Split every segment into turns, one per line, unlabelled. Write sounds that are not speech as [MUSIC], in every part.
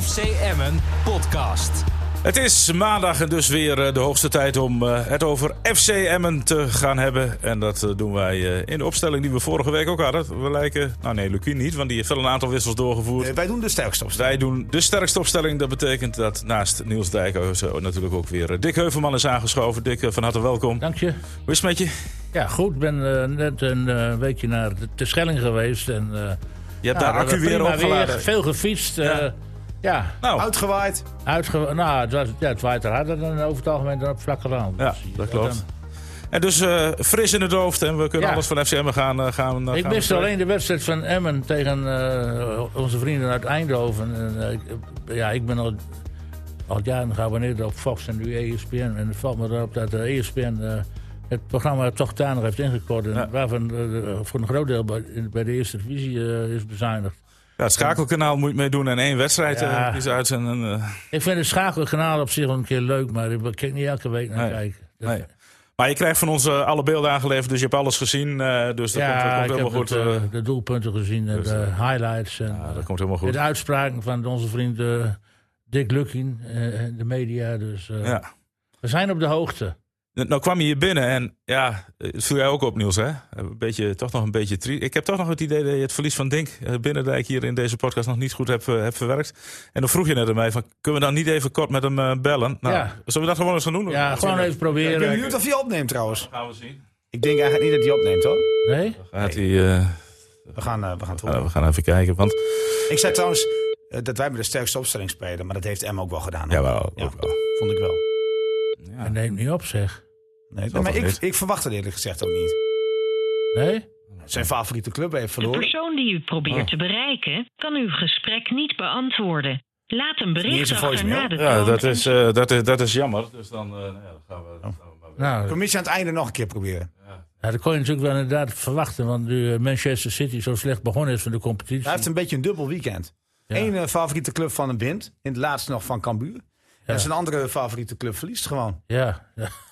FC Emmen podcast.
Het is maandag en dus weer eh, de hoogste tijd om eh, het over FC Emmen te gaan hebben. En dat eh, doen wij eh, in de opstelling die we vorige week ook hadden. We lijken, nou nee, Lucie niet, want die heeft wel een aantal wissels doorgevoerd. Dus
Eh, Wij doen de sterkste opstelling.
Wij doen de sterkste opstelling. Dat betekent dat naast Niels Dijkhuizen natuurlijk ook weer eh, Dick Heuvelman is aangeschoven. Dick, eh, van harte welkom.
Dank je.
Hoe is het met je?
Ja, goed. Ik ben eh, net een eh, weekje naar de, de Schelling geweest. En, eh,
Je hebt daar
ja,
accu weer
prima
opgeladen.
veel gefietst. eh,
Ja.
ja.
Nou,
Uitgewaaid.
uitge... nou, het, was, ja, het waait er harder dan over het algemeen dan op vlakke land.
ja,
Dus,
dat
eh,
klopt. En dus eh, fris in het hoofd en we kunnen
Ja.
alles van FC Emmen gaan... eh, gaan
dan-
eh,
ik
gaan
miste
bespreken.
alleen de wedstrijd van Emmen tegen eh, onze vrienden uit Eindhoven. En, eh, ik- ja, ik ben al, al jaren geabonneerd op Fox en E nu ESPN. En het valt me erop dat de ESPN eh, het programma toch danig heeft ingekort. En
Ja.
Waarvan eh, voor een groot deel bij, bij de eerste divisie eh, is bezuinigd.
Ja, het schakelkanaal moet meedoen en één wedstrijd
Ja.
eh, die ze uitzenden. eh,
Ik vind het schakelkanaal op zich wel een keer leuk, maar ik kijk niet elke week naar
Nee.
kijken. Dat-
nee. Maar je krijgt van ons eh, alle beelden aangeleverd, dus je hebt alles gezien. eh, dus dat komt, dat
Ja,
komt
ik heb
helemaal goed.
het,
eh,
eh, de doelpunten gezien, en
dus,
de
eh,
highlights en
ja,
eh,
dat komt helemaal goed.
de uitspraken van onze vriend eh, Dick Luckin eh, en de media. Dus eh,
Ja.
we zijn op de hoogte.
Nou kwam je hier binnen en ja, het viel jij ook op Niels hè? Een beetje, toch nog een beetje tri- Ik heb toch nog het idee dat je het verlies van Dink eh, Binnendijk hier in deze podcast nog niet goed hebt, eh, hebt verwerkt. En dan vroeg je net aan mij van, kunnen we dan niet even kort met hem eh, bellen? Nou,
Ja.
zullen we dat gewoon eens gaan doen?
Ja, gewoon even
Ik
proberen.
ben benieuwd of hij opneemt trouwens.
Gaan we zien.
Ik denk eigenlijk niet dat hij opneemt hoor.
Nee?
Gaat hij, eh, nou,
We gaan, eh, we gaan het horen.
we gaan even kijken, want
Ik zei trouwens eh, dat wij met de sterkste opstelling spelen. Maar dat heeft Emma ook wel gedaan. hoor.
jawel,
Ja.
ook wel.
Vond ik wel.
Ja.
Hij neemt niet op, zeg.
Nee,
Zal
maar
toch
ik,
niet?
ik verwacht het eerlijk gezegd ook niet.
Nee?
Zijn favoriete club heeft
De
verloren.
persoon die u probeert
Oh.
te bereiken kan uw gesprek niet beantwoorden. Laat een
eens
bericht
een
achter
voicemail.
na de
Ja,
toon
dat
en
is, eh, dat is, dat is jammer. Dus dan, eh, nou ja, dan gaan we.
Oh.
Dan gaan we maar weer.
Nou,
Commissie aan het einde nog een keer proberen.
ja, dat kon je natuurlijk wel inderdaad verwachten, want nu eh, Manchester City zo slecht begonnen is van de competitie.
Hij heeft een beetje een dubbel weekend.
Ja.
Eén eh, favoriete club van een Bint. In het laatste nog van Cambuur. En zijn andere favoriete club verliest gewoon.
Ja. ja. [LAUGHS]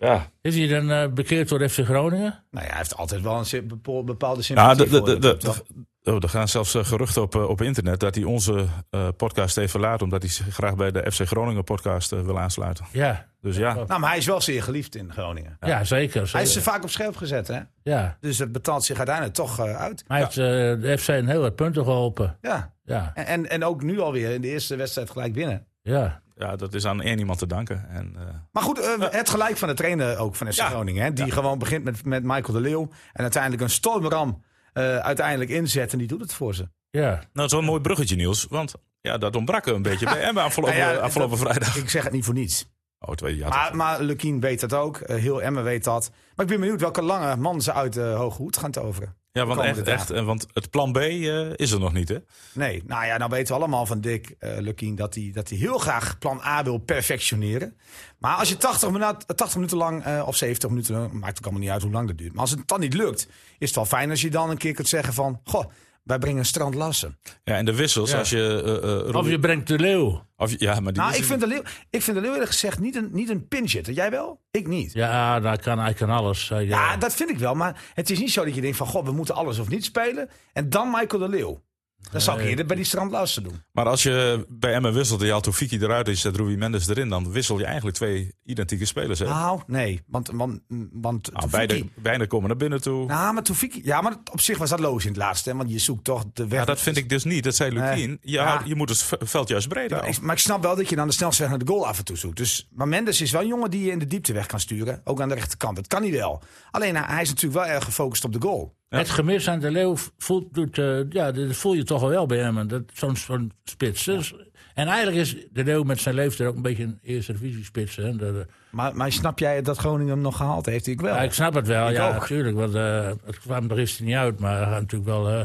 Ja,
Is hij dan eh, bekeerd door FC Groningen?
Nou ja, hij heeft altijd wel een si- bepo- bepaalde
ja
sympathie
de, de,
voor
de,
de
de,
club, toch?
de- oh, er gaan zelfs eh, geruchten op, eh, op internet dat hij onze eh, podcast heeft verlaten. Omdat hij zich graag bij de FC Groningen podcast eh, wil aansluiten.
Ja.
Dus ja.
Nou, maar hij is wel zeer geliefd in Groningen.
Ja, zeker.
Hij is
zeker.
ze vaak op scherp gezet, hè?
Ja.
Dus dat betaalt zich uiteindelijk toch eh, uit.
Maar hij heeft eh, de FC een heel wat punten geholpen.
Ja.
Ja,
En- En, en ook nu alweer in de eerste wedstrijd gelijk winnen.
ja.
ja, dat is aan één iemand te danken. En, eh,
Maar goed, eh, het gelijk van de trainer ook van FC
Ja.
Groningen. Hè, die gewoon begint met, met Michael de Leeuw. En uiteindelijk een stormram eh, uiteindelijk inzet. En die doet het voor ze.
ja.
nou, het is wel een mooi bruggetje, Niels. Want ja, dat ontbrak een beetje bij Emma afgelopen, eh,
Nou [LAUGHS] ja,
afgelopen
dat-
vrijdag.
Ik zeg het niet voor niets.
Oh, twee jaar.
Maar, maar Lukien weet dat ook. eh, heel Emmen weet dat. Maar ik ben benieuwd welke lange man ze uit de hoge hoed gaan toveren.
ja, want,
komende
echt,
dagen.
echt, en want het plan B eh, is er nog niet, hè?
Nee, nou ja, nou weten we allemaal van Dick eh Lukien dat hij, dat hij heel graag plan A wil perfectioneren. Maar als je 80 minuten, 80 minuten lang eh, of 70 minuten lang, maakt het allemaal niet uit hoe lang dat duurt. Maar als het dan niet lukt, is het wel fijn als je dan een keer kunt zeggen van, goh, wij brengen Strand Lassen.
Ja, en de wissels,
Ja.
als je... eh, eh,
Of je brengt de leeuw.
of je- ja, maar die
Nou,
is-
ik vind de Leeuw, ik vind de Leeuw eerlijk gezegd niet een, niet een pinchhitter. Jij wel? Ik niet. Ja.
Ja, daar kan, hij kan alles. Hij, eh,
dat vind ik wel. Maar het is niet zo dat je denkt van, goh, we moeten alles of niet spelen. En dan Michael de Leeuw. Dat zou ik
Nee.
eerder bij die Strand Lassen doen.
Maar als je bij Emmen wisselt en je haalt Tofiki eruit en je zet Rui Mendes erin, dan wissel je eigenlijk twee identieke spelers. Hè?
Nou, nee. Want, want, want
Eh. nou,
Tofiki-
beide, beide komen naar binnen toe.
Nou, maar Toefik, ja, maar op zich was dat loos in het laatste. hè, Want je zoekt toch de weg.
ja, dat vind ik dus niet. Dat zei Lukien.
Nee.
Je,
Eh, Ja.
houdt- je moet het v- veld juist breder
Maar ik,
houden.
maar ik snap wel dat je dan de snelste naar de goal af en toe zoekt. Dus, maar Mendes is wel een jongen die je in de diepte weg kan sturen. Ook aan de rechterkant. Dat kan hij wel. Alleen hij- hij is natuurlijk wel erg gefocust op de goal.
Het gemis aan de leeuw voelt, doet, eh, ja, dat voel je toch wel bij hem. Dat- Zo'n zo'n spits. Dus- en eigenlijk is de leeuw met zijn leeftijd ook een beetje een eerste divisie spits. Hè. Dat, eh,
Maar, maar snap jij dat Groningen hem nog gehaald heeft? Ik wel.
ja, ik snap het wel,
Ik
ja,
ook.
natuurlijk. Want eh, het kwam er gisteren niet uit, maar hij gaat natuurlijk wel eh,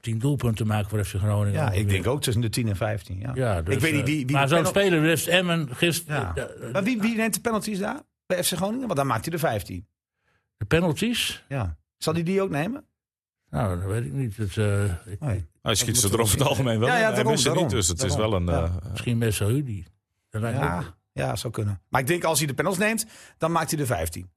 tien doelpunten maken voor FC Groningen.
ja, ik
ongeveer.
denk ook tussen de 10 en 15. Ja.
Ja, dus,
ik weet niet wie.
eh,
wie
maar
de
zo'n
penal-
speler heeft Emmen gisteren.
Ja.
eh,
Maar wie, wie neemt de penalties daar? Bij FC Groningen? Want dan maakt hij de 15.
de penalties?
Ja. Zal hij die ook nemen?
Nou, dat weet ik niet. Het, eh, ik-
Nee.
Hij schiet
dat
ze
moeten
er
we
over het
zien.
algemeen wel
Ja,
in.
ja,
Hij
daarom,
mist ze niet,
daarom,
dus het is wel
daarom.
een... eh,
Misschien met Hudi. Dat lijkt me ook-
Ja, ja, zou kunnen. Maar ik denk als hij de penalties neemt, dan maakt hij de 15.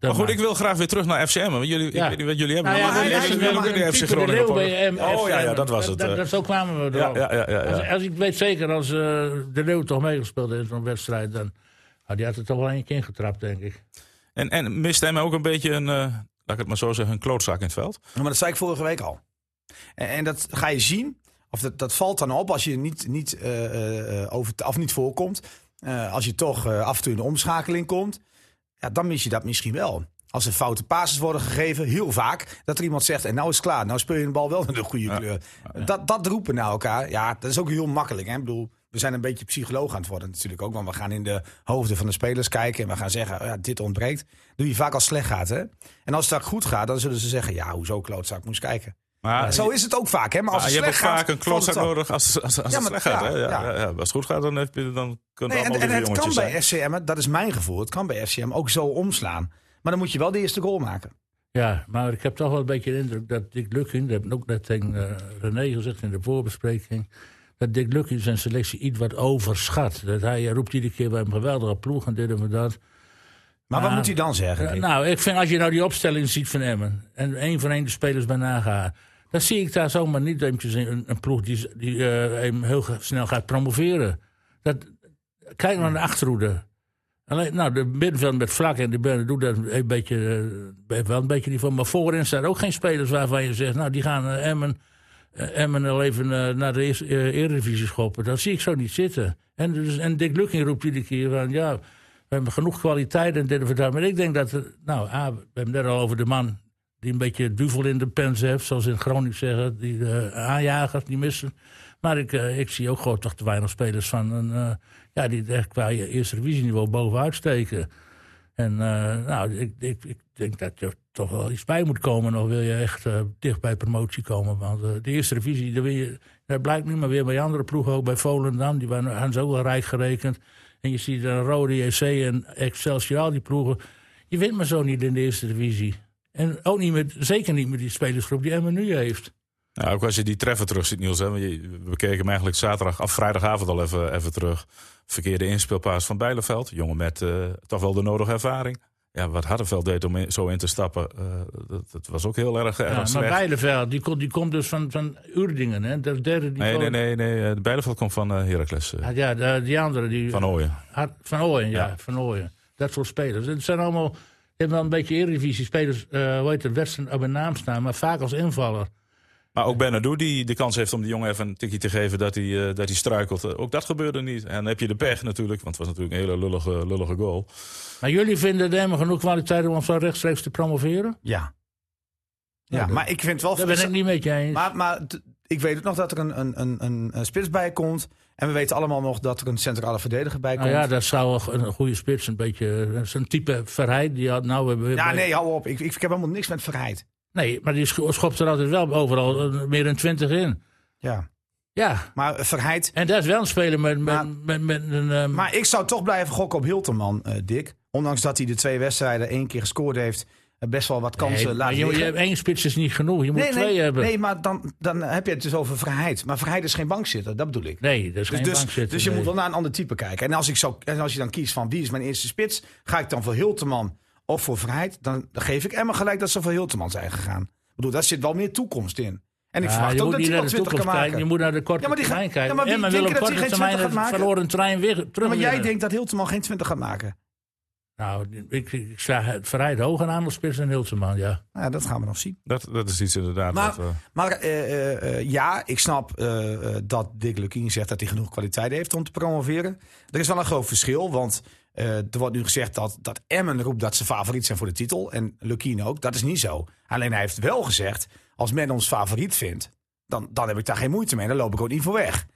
Maar goed, ik wil graag weer terug naar FCM. Want jullie,
Ja.
ik weet niet wat jullie hebben.
Nou ja,
Maar
nee,
jullie
nee,
hebben
nee,
ook in de
nee,
FC
Pieter de
Groningen
Leeuw
podcast.
bij, eh,
Oh ja, ja, dat was het.
Dat,
eh.
dat- zo kwamen we
Ja,
erop.
ja, ja, ja,
Als,
ja.
als ik weet zeker, als eh, de Leeuw toch meegespeeld heeft in zo'n wedstrijd, dan had hij had het toch wel een keer ingetrapt, denk ik.
En, en mist hij mij ook een beetje een, eh, laat ik het maar zo zeggen, een klootzak in het veld?
Maar dat zei ik vorige week al. En, en dat ga je zien. Of dat, dat valt dan op als je niet, niet, eh, eh, eh, over, of niet voorkomt. Eh, als je toch eh, af en toe in de omschakeling komt. Ja, dan mis je dat misschien wel. Als er foute passes worden gegeven, heel vaak. Dat er iemand zegt, en nou is het klaar. Nou speel je de bal wel naar de goede kleur. Dat, dat roepen naar elkaar. Ja, dat is ook heel makkelijk. Hè? Ik bedoel, we zijn een beetje psycholoog aan het worden natuurlijk ook. Want we gaan in de hoofden van de spelers kijken. En we gaan zeggen, oh ja, dit ontbreekt. Dat doe je vaak als het slecht gaat. Hè? En als het goed gaat, dan zullen ze zeggen... Ja, hoezo klootzak, moest kijken.
Maar
Zo is het ook vaak, hè? Maar als
Ah,
het
je hebt ook
slecht gaat,
vaak een
valt
klootzak
het ook.
nodig als, als, als
Ja,
het
maar-
slecht gaat. hè?
ja,
Ja, ja. Ja, als het goed gaat, dan, heb je, dan kunnen
Nee,
we allemaal
en, en
weer
het kan
jongetjes zijn.
bij FCM, dat is mijn gevoel, het kan bij FCM ook zo omslaan. Maar dan moet je wel de eerste goal maken.
Ja, maar ik heb toch wel een beetje de indruk dat Dick Luckin, dat heb ik ook net tegen eh, René gezegd in de voorbespreking, dat Dick Luckin zijn selectie iets wat overschat. Dat hij eh, roept iedere keer bij een geweldige ploeg en dit en dat.
Maar wat
Ja.
moet hij dan zeggen?
Ja,
Dick?
nou, ik vind als je nou die opstelling ziet van Emmen en één voor één de spelers bij nagaan, dan zie ik daar zomaar niet eventjes een, een ploeg die, die eh, hem heel ge- snel gaat promoveren. Dat, kijk naar de achterhoede. Alleen, nou, de middenveld met vlak en de Berne doet dat een beetje, eh, heeft wel een beetje die van. Maar voorin staan ook geen spelers waarvan je zegt, nou, die gaan eh, Emmen, eh, Emmen al even eh, naar de eerste, eh, Eredivisie schoppen. Dat zie ik zo niet zitten. En, dus, en Dick Lukking roept iedere keer van, ja, we hebben genoeg kwaliteit en dit en dat. Maar ik denk dat, er- nou, A, we hebben het net al over de man die een beetje duvel in de pens heeft. Zoals in Groningen zeggen, die eh, aanjagers, die missen. Maar ik, eh, ik zie ook gewoon toch te weinig spelers van een, eh, ja, die echt qua je eerste divisieniveau bovenuit steken. En eh, nou, ik, ik, ik denk dat er toch wel iets bij moet komen. Nog wil je echt eh, dicht bij promotie komen. Want eh, de eerste divisie, daar wil je- dat blijkt nu maar weer bij andere ploegen. Ook bij Volendam, die waren, hadden ze ook wel rijk gerekend. En je ziet dan Rode JC en Excelsior, al die ploegen. Je wint maar zo niet in de eerste divisie. En ook niet met, zeker niet met die spelersgroep die Emmen nu heeft.
Ja, Nou, ook als je die treffer terug ziet, Niels. Hè, want je- we keken hem eigenlijk zaterdag, af vrijdagavond al even, even terug. Verkeerde inspeelpaas van Bijleveld. Jongen met eh, toch wel de nodige ervaring. Ja, wat Hardenveld deed om in- zo in te stappen, eh, dat, dat was ook heel erg, eh, erg
Ja, maar
slecht.
Bijleveld, die, komt- die komt dus van, van Urdingen, hè? Dat is derde die
Nee, nee, nee. nee eh, Bijleveld komt van eh, Heracles. eh,
Ja, de- die andere. Die,
Van Ooyen.
Hart- Van Ooyen, ja.
Ja.
Van Ooyen. Dat soort spelers. Het zijn allemaal, die hebben wel een beetje Eredivisie spelers, eh hoe heet het, Westen op hun naam staan, maar vaak als invaller.
Maar ook Benadou die de kans heeft om die jongen even een tikje te geven dat hij, eh, dat hij struikelt. Eh, Ook dat gebeurde niet. En dan heb je de pech natuurlijk, want het was natuurlijk een hele lullige, lullige goal.
Maar jullie vinden dat Emmen genoeg kwaliteit om zo rechtstreeks te promoveren?
Ja. Ja, maar ik vind wel...
Daar ben ik niet met je eens.
Maar, maar t- ik weet ook nog dat er een, een, een, een, een spits bij komt. En we weten allemaal nog dat er een centrale verdediger bij komt.
nou ja, dat zou wel een goede spits, een beetje eh, zo'n type Verheid. Die had, nou, we hebben weer
Ja,
bij-
nee, hou op. Ik, ik, ik heb helemaal niks met verheid.
nee, maar die scho- schopt er altijd wel overal eh, meer dan twintig in.
Ja.
Ja,
Maar eh, verheid...
en dat is wel een speler met, met,
Maar-
met, met een... eh,
Maar ik zou toch blijven gokken op Hilterman, eh, Dick. Ondanks dat hij de twee wedstrijden één keer gescoord heeft. eh, best wel wat kansen
nee, maar
laten
je, je
liggen.
hebt één spits is niet genoeg, je moet
nee,
twee
nee,
hebben.
nee, maar dan, dan heb je het dus over vrijheid. Maar vrijheid is geen bankzitter, dat bedoel ik.
Nee, dat is
Dus,
geen
dus,
bankzitter,
dus je
nee.
moet wel naar een ander type kijken. En als, ik zou, en als je dan kiest van wie is mijn eerste spits, ga ik dan voor Hilterman of voor Vrijheid, dan, dan geef ik Emma gelijk dat ze voor Hilterman zijn gegaan. Ik bedoel, daar zit wel meer toekomst in. En ik
Ja,
verwacht
je
ook
moet
dat
niet
hij
naar de
wel 20 kan
toekomst kijken, je
maken.
moet naar de korte
Ja, maar die-
termijn
ja,
kijken.
maar wie
Emma wil
denken
op
dat die
korte
geen
termijn het
20 gaat maken?
verloren trein weer terug.
Maar jij
winnen.
denkt dat Hilterman geen 20 gaat maken.
Nou, ik, ik zag het Verheid hoog aan Amelspits en Hilteman, ja.
Nou, dat gaan we nog zien.
Dat, dat is iets inderdaad.
Maar,
wat, eh,
maar eh, eh, eh, ja, ik snap eh, eh, dat Dick Lukien zegt dat hij genoeg kwaliteit heeft om te promoveren. Er is wel een groot verschil, want eh, er wordt nu gezegd dat, dat Emmen roept dat ze favoriet zijn voor de titel. En Lukien ook. Dat is niet zo. Alleen hij heeft wel gezegd, als men ons favoriet vindt, dan, dan heb ik daar geen moeite mee. Dan loop ik ook niet voor weg.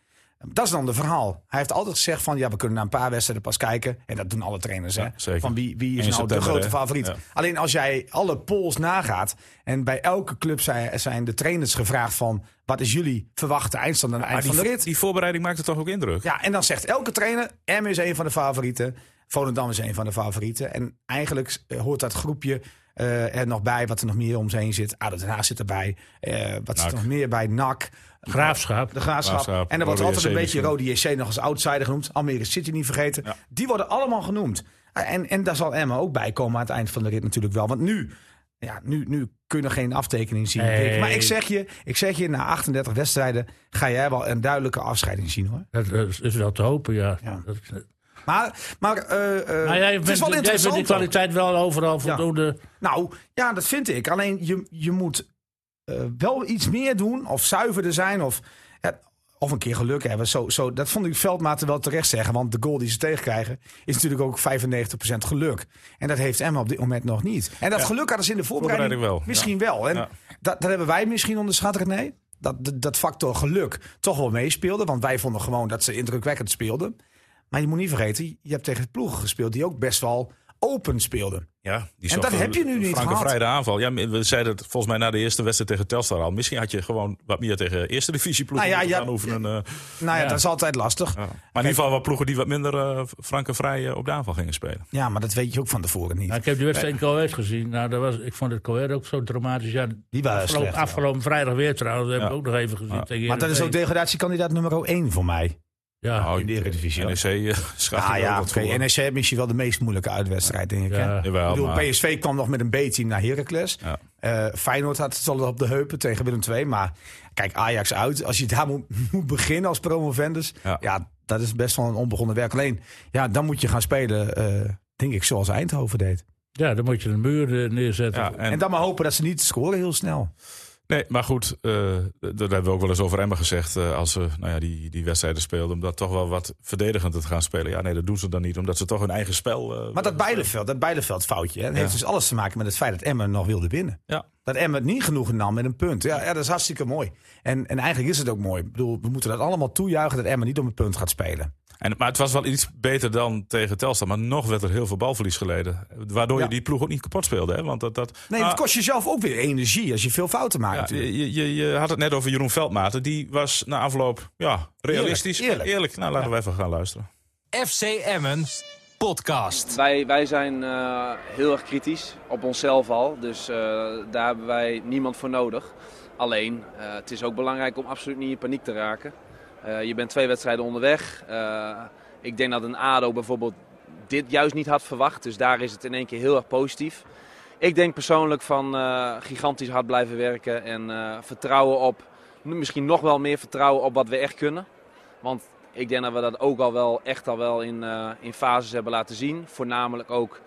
Dat is dan de verhaal. Hij heeft altijd gezegd van, ja, we kunnen na een paar wedstrijden pas kijken. En dat doen alle trainers, hè.
zeker.
Van wie, wie is
In
nou de
september,
grote
hè?
favoriet.
Ja.
Alleen als jij alle polls nagaat en bij elke club zijn, zijn de trainers gevraagd van wat is jullie verwachte eindstand aan het
maar
eind
die,
van de
vo-
rit?
die voorbereiding maakte toch ook indruk?
Ja, en dan zegt elke trainer, M is een van de favorieten, Volendam is een van de favorieten. En eigenlijk eh, hoort dat groepje eh, er nog bij, wat er nog meer om zijn zit. ADO Den Haag zit erbij, eh, wat
NAC.
zit er nog meer bij, NAC,
Graafschap.
de Graafschap.
Graafschap,
en er wordt
Rode
altijd een
JC
beetje Rode JC nog als outsider genoemd, Almere City niet vergeten. Die worden allemaal genoemd. En, en daar zal Emma ook bij komen aan het eind van de rit natuurlijk wel. Want nu, ja, nu, nu kunnen geen aftekening zien.
Nee.
Dick. Maar ik zeg, je, ik zeg je, na 38 wedstrijden ga jij wel een duidelijke afscheiding zien hoor.
Dat is, is wel te hopen, ja.
Ja.
Dat, Nou
Maar, maar eh, eh,
maar Nou, jij
het
vindt,
is
jij
wel
vindt
interessant.
die
hoor.
kwaliteit wel overal voldoende.
Nou, ja, dat vind ik. Alleen je, je moet eh, wel iets meer doen of zuiverder zijn of, eh, of een keer geluk hebben. Zo, zo, dat vond ik Veldmaten wel terecht zeggen, want de goal die ze tegenkrijgen is natuurlijk ook 95% geluk. En dat heeft Emma op dit moment nog niet. En dat geluk hadden ze in de voorbereiding,
Voorbereiding wel,
misschien wel. En
Ja.
dat, dat hebben wij misschien onderschat, René. Dat, dat, dat factor geluk toch wel meespeelde. Want wij vonden gewoon dat ze indrukwekkend speelden. Maar je moet niet vergeten, je hebt tegen ploegen gespeeld die ook best wel open speelden.
Ja, die
En
zag
dat
een
heb je nu niet
franke
gehad.
vrije aanval. Ja, we zeiden het volgens mij na de eerste wedstrijd tegen Telstar al. Misschien had je gewoon wat meer tegen eerste divisie ploegen
Nou ja,
moeten
ja,
gaan oefenen. eh,
Nou ja,
Ja.
dat is altijd lastig.
ja. Maar in ieder geval wat ploegen die wat minder eh franke vrij eh, op de aanval gingen spelen.
Ja, maar dat weet je ook van tevoren niet.
Ja, Nou, ik heb die wedstrijd in Coët gezien. Nou, dat was, ik vond het Coët ook zo dramatisch. Ja,
Die waren
afgelopen,
slecht, ja.
afgelopen vrijdag weer trouwens. Dat heb
Ja.
ik ook nog even gezien.
Ja.
Tegen
maar dat is ook
Heerenveen.
degradatiekandidaat nummer 1 voor mij.
Ja.
Nou,
Ah, in de Eredivisie, hoor.
NEC eh, schaft
Ah
er wel
ja,
wat
oké.
voor.
NEC heeft misschien wel de meest moeilijke uitwedstrijd, denk ik. hè?
Ja.
Ik
Jawel,
bedoel,
maar-
PSV kwam nog met een B-team naar Heracles.
Ja.
Eh, Feyenoord had het al op de heupen tegen Willem II. Maar kijk, Ajax uit. Als je daar moet, [LAUGHS] moet beginnen als promovendus... Ja.
Ja.
dat is best wel een onbegonnen werk. Alleen, ja, dan moet je gaan spelen, eh, denk ik, zoals Eindhoven deed.
ja, dan moet je een muur eh, neerzetten.
Ja,
En,
en,
dan maar hopen dat ze niet scoren heel snel.
nee, maar goed, eh, dat dat hebben we ook wel eens over Emmen gezegd. eh, als ze nou ja, die, die wedstrijden speelden, om dat toch wel wat verdedigend te gaan spelen. Ja, nee, dat doen ze dan niet, omdat ze toch hun eigen spel... eh,
Maar dat Bijleveld, dat Bijleveld foutje, hè, dat heeft dus alles te maken met het feit dat Emmen nog wilde winnen.
Ja.
Dat Emmen het niet genoegen nam met een punt. Ja, ja dat is hartstikke mooi. En, en eigenlijk is het ook mooi. Ik bedoel, we moeten dat allemaal toejuichen dat Emmen niet om een punt gaat spelen.
En, maar het was wel iets beter dan tegen Telstar. Maar nog werd er heel veel balverlies geleden. Waardoor
Ja.
je die ploeg ook niet kapot speelde. Hè? Want dat, dat,
Nee,
maar-
dat kost jezelf ook weer energie als je veel fouten maakt.
Ah. ja,
natuurlijk.
je, je, je had het net over Jeroen Veldmaten. Die was na afloop ja, realistisch.
Eerlijk, eerlijk.
Nou, laten we even gaan luisteren.
FC Emmen podcast.
Wij, wij zijn eh, heel erg kritisch, op onszelf al. Dus eh, daar hebben wij niemand voor nodig. Alleen, eh, het is ook belangrijk om absoluut niet in paniek te raken. Eh, je bent twee wedstrijden onderweg. Eh, ik denk dat een ADO bijvoorbeeld dit juist niet had verwacht. Dus daar is het in één keer heel erg positief. Ik denk persoonlijk van eh, gigantisch hard blijven werken. En eh, vertrouwen op, misschien nog wel meer vertrouwen op wat we echt kunnen. Want ik denk dat we dat ook al wel echt al wel in, eh, in fases hebben laten zien. Voornamelijk ook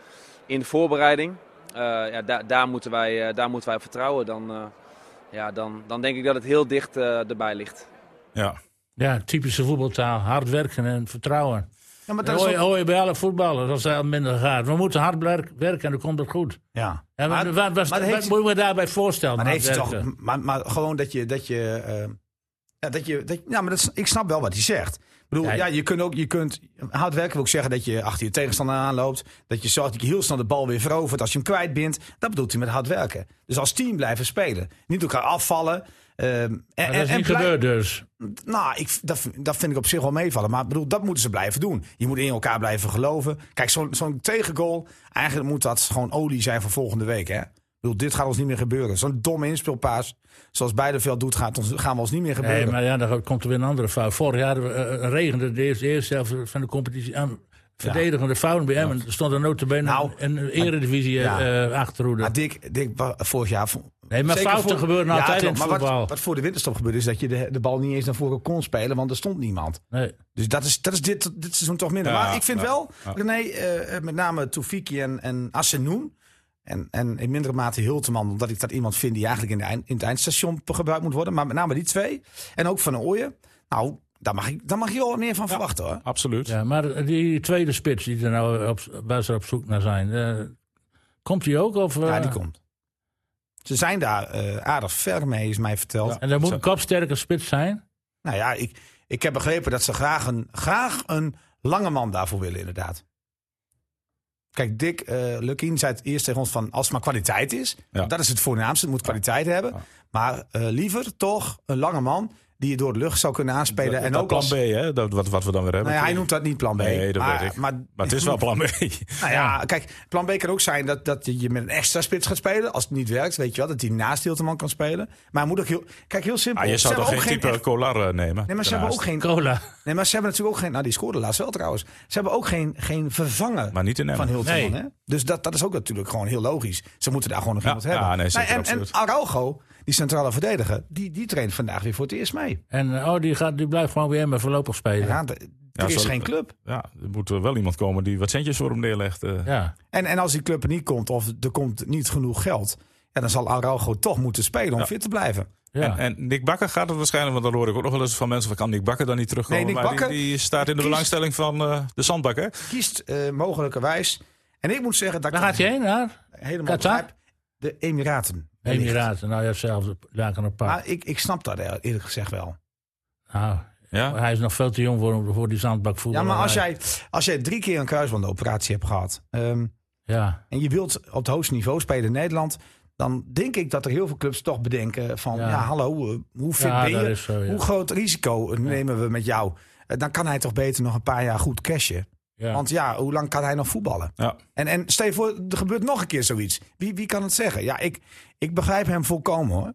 in de voorbereiding. Eh, ja, da- daar, moeten wij, eh, daar moeten wij op vertrouwen. Dan, eh, ja, dan, dan denk ik dat het heel dicht eh, erbij ligt.
Ja.
Ja, typische voetbaltaal. Hard werken en vertrouwen.
Ja,
Dat
maar dat is
hoor, je,
ook-
hoor je bij alle voetballers als het minder gaat. We moeten hard wer- werken en dan komt het goed.
ja.
En
Maar-
wat, wat, wat-
maar dat
wat
heeft-
moet je me daarbij voorstellen?
Maar, dan heeft hij
hard
toch,
werken?
maar, maar gewoon dat je. Dat je eh, ja, dat je, dat, ja, maar dat, is- ik snap wel wat hij zegt. Ik bedoel, ja,
Ja,
je kunt ook, je kunt, hard werken wil ook zeggen dat je achter je tegenstander aanloopt. Dat je zorgt dat je heel snel de bal weer verovert als je hem kwijt bent. Dat bedoelt hij met hard werken. Dus als team blijven spelen. Niet elkaar afvallen. ehm, en,
Maar dat is
en-
niet
en blij-
gebeurd dus.
Nou, ik, dat, vind- dat vind ik op zich wel meevallen. Maar ik bedoel, dat moeten ze blijven doen. Je moet in elkaar blijven geloven. Kijk, zo'n zo'n tegengoal, eigenlijk moet dat gewoon olie zijn voor volgende week. Hè? Ik bedoel, dit gaat ons niet meer gebeuren. Zo'n domme inspeelpaas, zoals Beideveld doet, gaat ons, gaan we ons niet meer gebeuren.
Nee, maar ja, dan komt er weer een andere fout. Vorig jaar eh, regende de eerste, eerste helft van de competitie aan. Verdedigende fouten bij Emmen. Er stond er notabene
Nou,
een een eredivisie eh,
ja.
eh, achterhoede.
Maar Dick, Dick, wa- vorig jaar... vo-
Nee, maar
zeker
fouten
voor-
gebeuren
Ja,
altijd
klopt.
in het
Maar wat-
voetbal.
Wat, voor de winterstop gebeurde, is dat je de, de bal niet eens naar voren kon spelen, want er stond niemand.
nee.
Dus dat is, dat is dit, dit seizoen toch minder.
Ja,
maar ik vind
ja,
wel, René, eh, met name Toefiki en, en Assenoen. En, en in mindere mate Hilteman, omdat ik dat iemand vind die eigenlijk in, de eind- in het eindstation gebruikt moet worden. Maar met name die twee. En ook Van Ooyen. Nou, daar mag, ik, daar mag je wel wat meer van verwachten hoor.
Absoluut.
Ja, maar die tweede spits die er nou op, waar ze op zoek naar zijn, eh, komt die ook? Of, eh,
Ja, die komt. Ze zijn daar eh, aardig ver mee, is mij verteld.
En dan moet een kopsterke spits zijn.
Nou ja, ik, ik heb begrepen dat ze graag een, graag een lange man daarvoor willen, inderdaad. Kijk, Dick eh Lukien zei het eerst tegen ons van als het maar kwaliteit is.
Ja.
Dat is het voornaamste, het moet kwaliteit hebben. Maar eh, liever toch een lange man die je door de lucht zou kunnen aanspelen.
Dat-
en
dat
ook
plan
als-
B, hè? Dat, wat, wat we dan weer hebben.
nou ja, hij noemt dat niet plan B.
Nee, dat
maar,
weet ik.
Maar,
Maar het is wel plan B.
[LAUGHS] Nou ja, kijk, plan B kan ook zijn dat, dat je met een extra spits gaat spelen. Als het niet werkt, weet je wel, dat hij naast Hilterman kan spelen. Maar hij moet ook heel... Kijk, heel simpel.
Ah, je
Ze
zou
hebben
toch geen
ook
type
echt-
Colar eh, nemen?
Nee, maar ze hebben ook geen...
Cola.
Nee, maar ze hebben natuurlijk ook geen... Nou, die scoorde laatst wel trouwens. Ze hebben ook geen, geen vervanger
Maar niet in Emmen.
van Hilterman.
Nee.
Hè? Dus dat, dat is ook natuurlijk gewoon heel logisch. Ze moeten daar gewoon nog
Ja,
iemand hebben.
ja, nee, zeker,
en, en
absoluut.
Araujo, die centrale verdediger, die, die traint vandaag weer voor het eerst mee.
En eh, oh, die, gaat, die blijft gewoon weer maar voorlopig spelen. Ja.
Ja, de-
Ja,
er is
zo-
geen club.
Ja, er moet er wel iemand komen die wat centjes voor hem neerlegt. eh.
En, en als die club er niet komt of er komt niet genoeg geld... Ja, dan zal Araujo toch moeten spelen om fit te blijven.
Ja.
En, en Nick Bakker gaat het waarschijnlijk, want dat hoor ik ook nog wel eens van mensen. Van, kan Nick Bakker dan niet terugkomen?
Nee, Nick
maar die-
Bakker
die, staat in de
kiest-
belangstelling van eh, de zandbakker.
kiest eh, mogelijkerwijs. En ik moet zeggen dat ik
Waar gaat
dat
hij heen? Naar
helemaal
Qatar?
begrijp. De Emiraten. wellicht.
Emiraten. Nou ja, hetzelfde. Daar kan een paar.
Maar ik, ik snap dat eh, eerlijk gezegd wel.
Nou,
Ja?
hij is nog veel te jong voor, voor die zandbakvoetbal.
Ja, maar als
Hij-
jij, als jij drie keer een kruisbandoperatie hebt gehad... ehm,
Ja,
en je wilt op het hoogste niveau spelen in Nederland... dan denk ik dat er heel veel clubs toch bedenken van... ja,
Ja.
hallo, eh, hoe fit
ja
ben
dat
je?
is zo. Ja.
Hoe groot risico eh, nemen we met jou? Eh, Dan kan hij toch beter nog een paar jaar goed cashen.
Ja.
Want ja, hoe lang kan hij nog voetballen?
Ja.
En, en stel je voor, er gebeurt nog een keer zoiets. Wie, wie kan het zeggen? Ja, ik, ik begrijp hem volkomen hoor.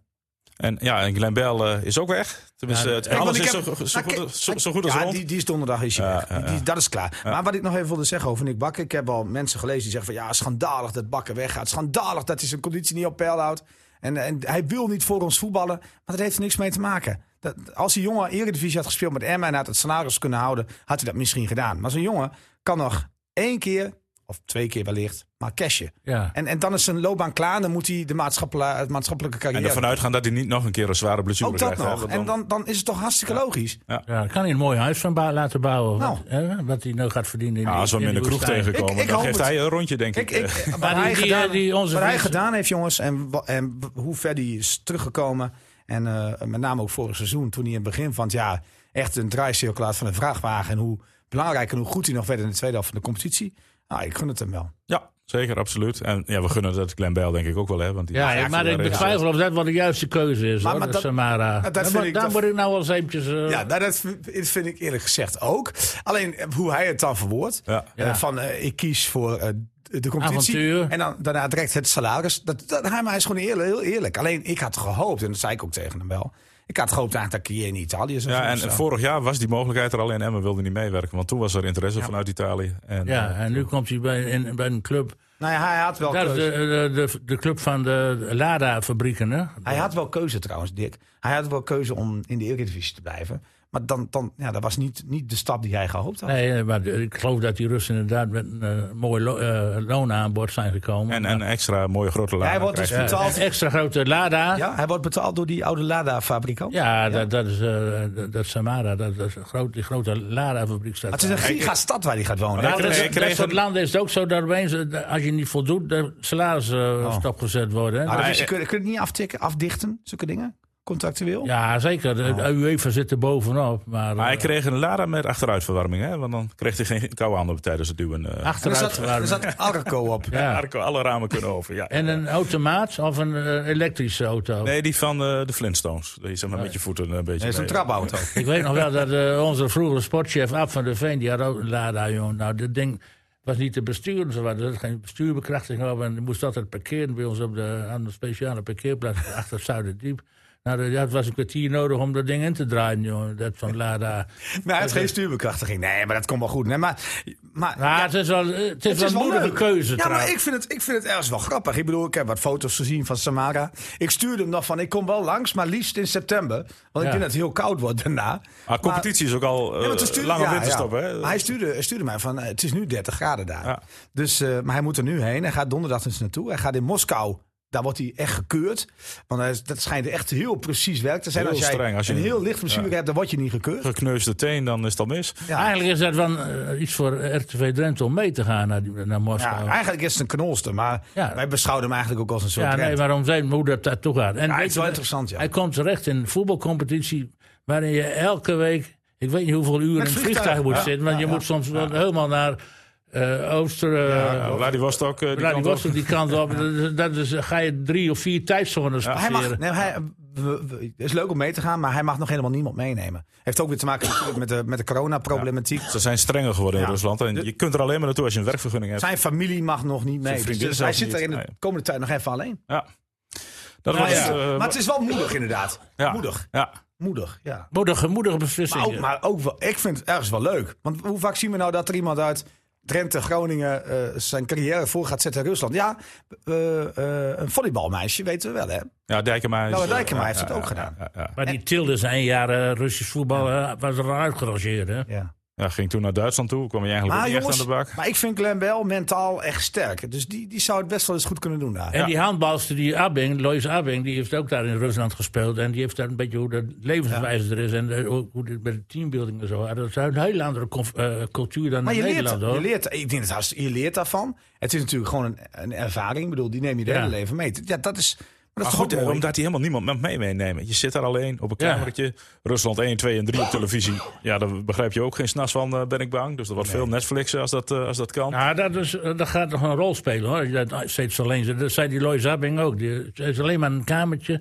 En, ja, en Glenn Bell eh, is ook weg. Tenminste,
Ja,
het-
ik-
Kijk,
alles
want
is
ik
zo,
heb-
zo
nou,
goed,
kijk,
als- zo, zo goed als
ja,
rond.
Die, die is donderdag is hij
Ja,
weg. Die-
ja,
die-
ja.
dat is klaar. Maar wat ik nog even wilde zeggen over Nick Bakker. Ik heb al mensen gelezen die zeggen van... ja, schandalig dat Bakker weggaat. Schandalig dat hij zijn conditie niet op peil houdt. En, en hij wil niet voor ons voetballen. Maar dat heeft er niks mee te maken. Dat, als die jongen Eredivisie had gespeeld met Emma... en had het salaris kunnen houden, had hij dat misschien gedaan. Maar zo'n jongen kan nog één keer, of twee keer wellicht, maar cashen.
ja.
En, en dan is zijn loopbaan klaar. Dan moet hij de maatschappelijke, het maatschappelijke
En
carrière...
ervan uitgaan dat hij niet nog een keer een zware blessure
eh, ook dat
krijgt. hè,
nog.
want
En dan, dan is het toch hartstikke logisch.
Ja, dan kan hij een mooi huis van bou- laten bouwen.
Nou.
Wat, hè, wat hij nou gaat verdienen. In
Ja,
die-
als we hem in de kroeg
woestijn.
tegenkomen,
Ik- ik
dan
hoop
geeft
het.
hij een rondje, denk ik.
Ik, ik, wat
Maar die-
hij,
die,
gedaan,
eh, die onze
wat hij
vriend-
gedaan heeft, jongens, en, wa- en b- hoe ver die is teruggekomen. En eh, met name ook vorig seizoen, toen hij in het begin van het jaar echt een draaicirkel had van een vrachtwagen. En hoe belangrijk en hoe goed hij nog werd in de tweede helft van de competitie. Nou, ik gun het hem wel.
Ja, zeker, absoluut. En ja, we gunnen dat Glenn Bell denk ik ook wel, hè? Want die
Ja,
Ja,
ja, maar ik
ja.
betwijfel of dat wel de juiste keuze is.
Maar-
hoor,
maar
dat, eh,
dat-
Samara.
dat
Daar
vind
moet-
ik-
daar
dat-
moet ik nou wel eens eventjes... eh,
Ja, nou, dat v- dat vind ik eerlijk gezegd ook. Alleen eh, hoe hij het dan verwoordt.
Ja.
eh, van eh, ik kies voor eh, de competitie.
Avontuur.
En dan, daarna direct het salaris. Dat, dat, hij, maar hij is gewoon eerlijk, heel eerlijk. Alleen ik had gehoopt, en dat zei ik ook tegen hem wel. Ik had gehoopt eigenlijk dat hij in Italië zou
Ja,
zijn
en
of zo.
vorig jaar was die mogelijkheid er al in. Emmen wilde niet meewerken, want toen was er interesse vanuit Italië. En,
ja,
eh,
en nu komt hij bij, in, bij een club.
Nou ja, hij had wel
Dat is
keuze.
de, de, de, de club van de Lada-fabrieken, hè?
Hij had wel keuze trouwens, Dick. Hij had wel keuze om in de Eredivisie te blijven. Maar dan, dan, ja, dat was niet, niet de stap die hij gehoopt had.
Nee, eh, maar de- ik geloof dat die Russen inderdaad met een eh, mooi lo- eh, loon aan boord zijn gekomen.
en, en extra mooie grote laan.
hij wordt dus
Ja,
betaald.
een extra grote Lada. Ja,
Ja, hij wordt betaald door die oude Lada-fabrikant.
Dat, dat is eh, dat, dat Samara, dat, dat is een groot, die grote Lada-fabriek staat
Maar het is
daar.
een gigastad waar hij gaat wonen.
Ja,
Nou,
Hij
dat,
kreeg-
dat
kreeg
soort
een-
landen is het ook zo dat opeens, eh, als je niet voldoet, de salaris eh,
Oh.
stopgezet worden. hè.
Nou, dat
Maar
is-
hij-
kun, kun je het niet aftikken, afdichten, zulke dingen? Contractueel?
Ja, zeker. De, de UEFA zit er bovenop. Maar,
Oh. Maar hij
eh,
kreeg een Lara met achteruitverwarming, hè? Want dan kreeg hij geen koude handen tijdens het duwen. eh.
er
achteruit
zat, er
verwarmen.
zat Arco op.
[LAUGHS] ja.
Arco, alle ramen kunnen over. Ja.
eh, En een automaat of een eh, elektrische auto?
Nee, die van eh, de Flintstones. Die zeg maar met je voeten eh, een beetje.
Nee, zo'n
bij-
[LAUGHS]
trapauto.
Ik weet nog wel dat eh, onze vroegere sportchef Ab van der Veen, die had ook een Lada, jongen. Nou, dat ding was niet te besturen. Ze hadden er geen bestuurbekrachtiging op. En die moest altijd parkeren bij ons op de, aan een speciale parkeerplaats [LAUGHS] achter het Zuiderdiep. Nou, dat- dat was een kwartier nodig om dat ding in te draaien, jongen. Dat van
[LAUGHS]
Lada.
Nee, hij heeft geen stuurbekrachtiging. Nee, maar dat komt wel goed. Nee, maar, maar,
Maar Nou, het is wel, eh, het is wel
Het
een
is wel
moedige
leuk.
keuze,
Ja,
trouwens.
maar ik vind, het, ik vind het ergens wel grappig. Ik bedoel, ik heb wat foto's gezien van Samara. Ik stuurde hem nog van, ik kom wel langs, maar liefst in september. Want ik
Ja.
denk dat het heel koud wordt daarna.
Ah, competitie is ook al eh,
Ja, maar toen stuurde-
lange
ja,
winterstop,
ja.
hè?
Maar hij stuurde, hij stuurde mij van, eh, het is nu 30 graden daar.
Ja.
Dus, eh, maar hij moet er nu heen. Hij gaat donderdag eens naartoe. Hij gaat in Moskou. Daar wordt hij echt gekeurd. Want hij is- dat schijnt echt heel precies werk te zijn.
Heel
als jij
streng, als je-
een heel licht blessure hebt, dan word je niet gekeurd.
Gekneusde teen, dan is het al mis.
Ja.
Eigenlijk is dat wel eh, iets voor RTV Drenthe om mee te gaan naar, die- naar Moskou.
Ja, eigenlijk is het een knolster, maar
Ja.
wij beschouwden hem eigenlijk ook als een soort
Ja,
trend.
nee, waarom zijn hoe dat daartoe gaat. En
het
weet
is
je
wel
wat?
interessant, ja.
Hij komt terecht in een voetbalcompetitie waarin je elke week, ik weet niet hoeveel uur in het
vliegtuig,
vliegtuig moet
ja,
zitten, want je moet soms wel helemaal naar eh, eh Ooster... eh,
Nou, Vladivostok, eh, die
Nou, die
kant op.
was op die kant
[LAUGHS]
op. Dat, dat is, ga je drie of vier tijdzones
Maar hij mag,
passeren.
nee, hij, we- we- het is leuk om mee te gaan, maar hij mag nog helemaal niemand meenemen. Heeft ook weer te maken natuurlijk met de, met de coronaproblematiek.
Ze zijn strenger geworden in
Ja.
Rusland. En je kunt er alleen maar naartoe als je een werkvergunning hebt.
Zijn familie mag nog niet mee. Dus,
vriendin
dus hij
zelfs
zit
niet.
er in de
Nee.
komende tijd nog even alleen.
Ja. Dat
Nou
was,
ja,
eh,
maar het is wel moedig inderdaad.
ja.
Moedig.
Ja.
Moedig, ja.
Moedige, moedige
Maar ook,
beslissingen.
maar ook wel, ik vind het ergens wel leuk. Want hoe vaak zien we nou dat er iemand uit Drenthe, Groningen eh, zijn carrière voor gaat zetten in Rusland? Ja, eh, eh, een volleybalmeisje weten we wel, hè?
ja, Dijkema, is,
Nou, Dijkema
eh,
heeft het
ja,
ook
ja,
gedaan.
Ja, ja.
Maar die Tilde zijn jaren Russisch voetbal eh, was er al uitgerangeerd. Hè?
Ja.
Ja, ging toen naar Duitsland toe. Kwam je eigenlijk
Maar
ook niet echt
jongens,
aan de bak.
maar ik vind Glenn wel mentaal echt sterk. Dus die, die zou het best wel eens goed kunnen doen daar.
En die handbalster, die Abing, Lois Abing, die heeft ook daar in Rusland gespeeld. En die heeft daar een beetje hoe de levenswijze er is. En eh, hoe, hoe dit met de teambuilding en zo. Ah, Dat is een hele andere conf- eh, cultuur dan
Maar
in
je leert,
Nederland.
je
hoor.
leert, ik denk dat je leert daarvan. Het is natuurlijk gewoon een, een ervaring. Ik bedoel, die neem je de
Ja.
hele leven mee. Ja, dat is, maar
Maar
dat is
goed,
toch ook
eh,
mooi.
omdat hij helemaal niemand met mee meenemen. Je zit daar alleen op een
Ja.
kamertje. Rusland 1, 2 en 3 op televisie. Ja, daar begrijp je ook geen s'nachts van, eh, ben ik bang. Dus er wordt veel Netflixen als dat, eh, als dat kan.
Nou, dat, is, dat gaat nog een rol spelen hoor. Als je dat ah, steeds alleen zit. Dat zei die Lois Abing ook. Die, ze is alleen maar een kamertje,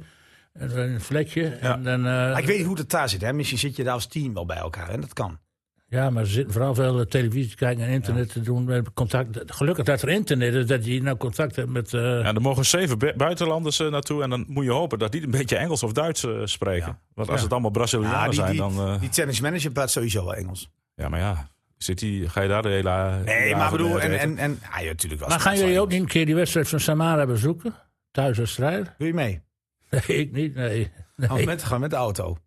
en een flatje. En dan, eh,
Maar Nou, ik weet niet hoe dat daar zit. Hè? Misschien zit je daar als team wel bij elkaar. En dat kan.
Ja, maar ze zitten vooral veel eh, televisie te kijken en internet te doen. Met contact. Gelukkig dat er internet is, dat je nou contact hebt met... eh,
Ja, er mogen zeven bu- buitenlanders eh, naartoe. En dan moet je hopen dat die een beetje Engels of Duits eh, spreken. Want als het allemaal Brazilianen
Ja, Nou, die,
zijn,
die,
dan... eh,
die tennis manager praat sowieso wel Engels.
ja, maar ja. Zit die, ga je daar de hele... eh,
Nee, maar ik bedoel, en,
en
en, en ah, ja, natuurlijk wel.
Maar gaan jullie ook niet een keer die wedstrijd van Samara bezoeken? Thuis als strijd?
Doe je mee?
Nee, ik niet, nee. nee.
Of met, gaan met de
[LAUGHS]
auto?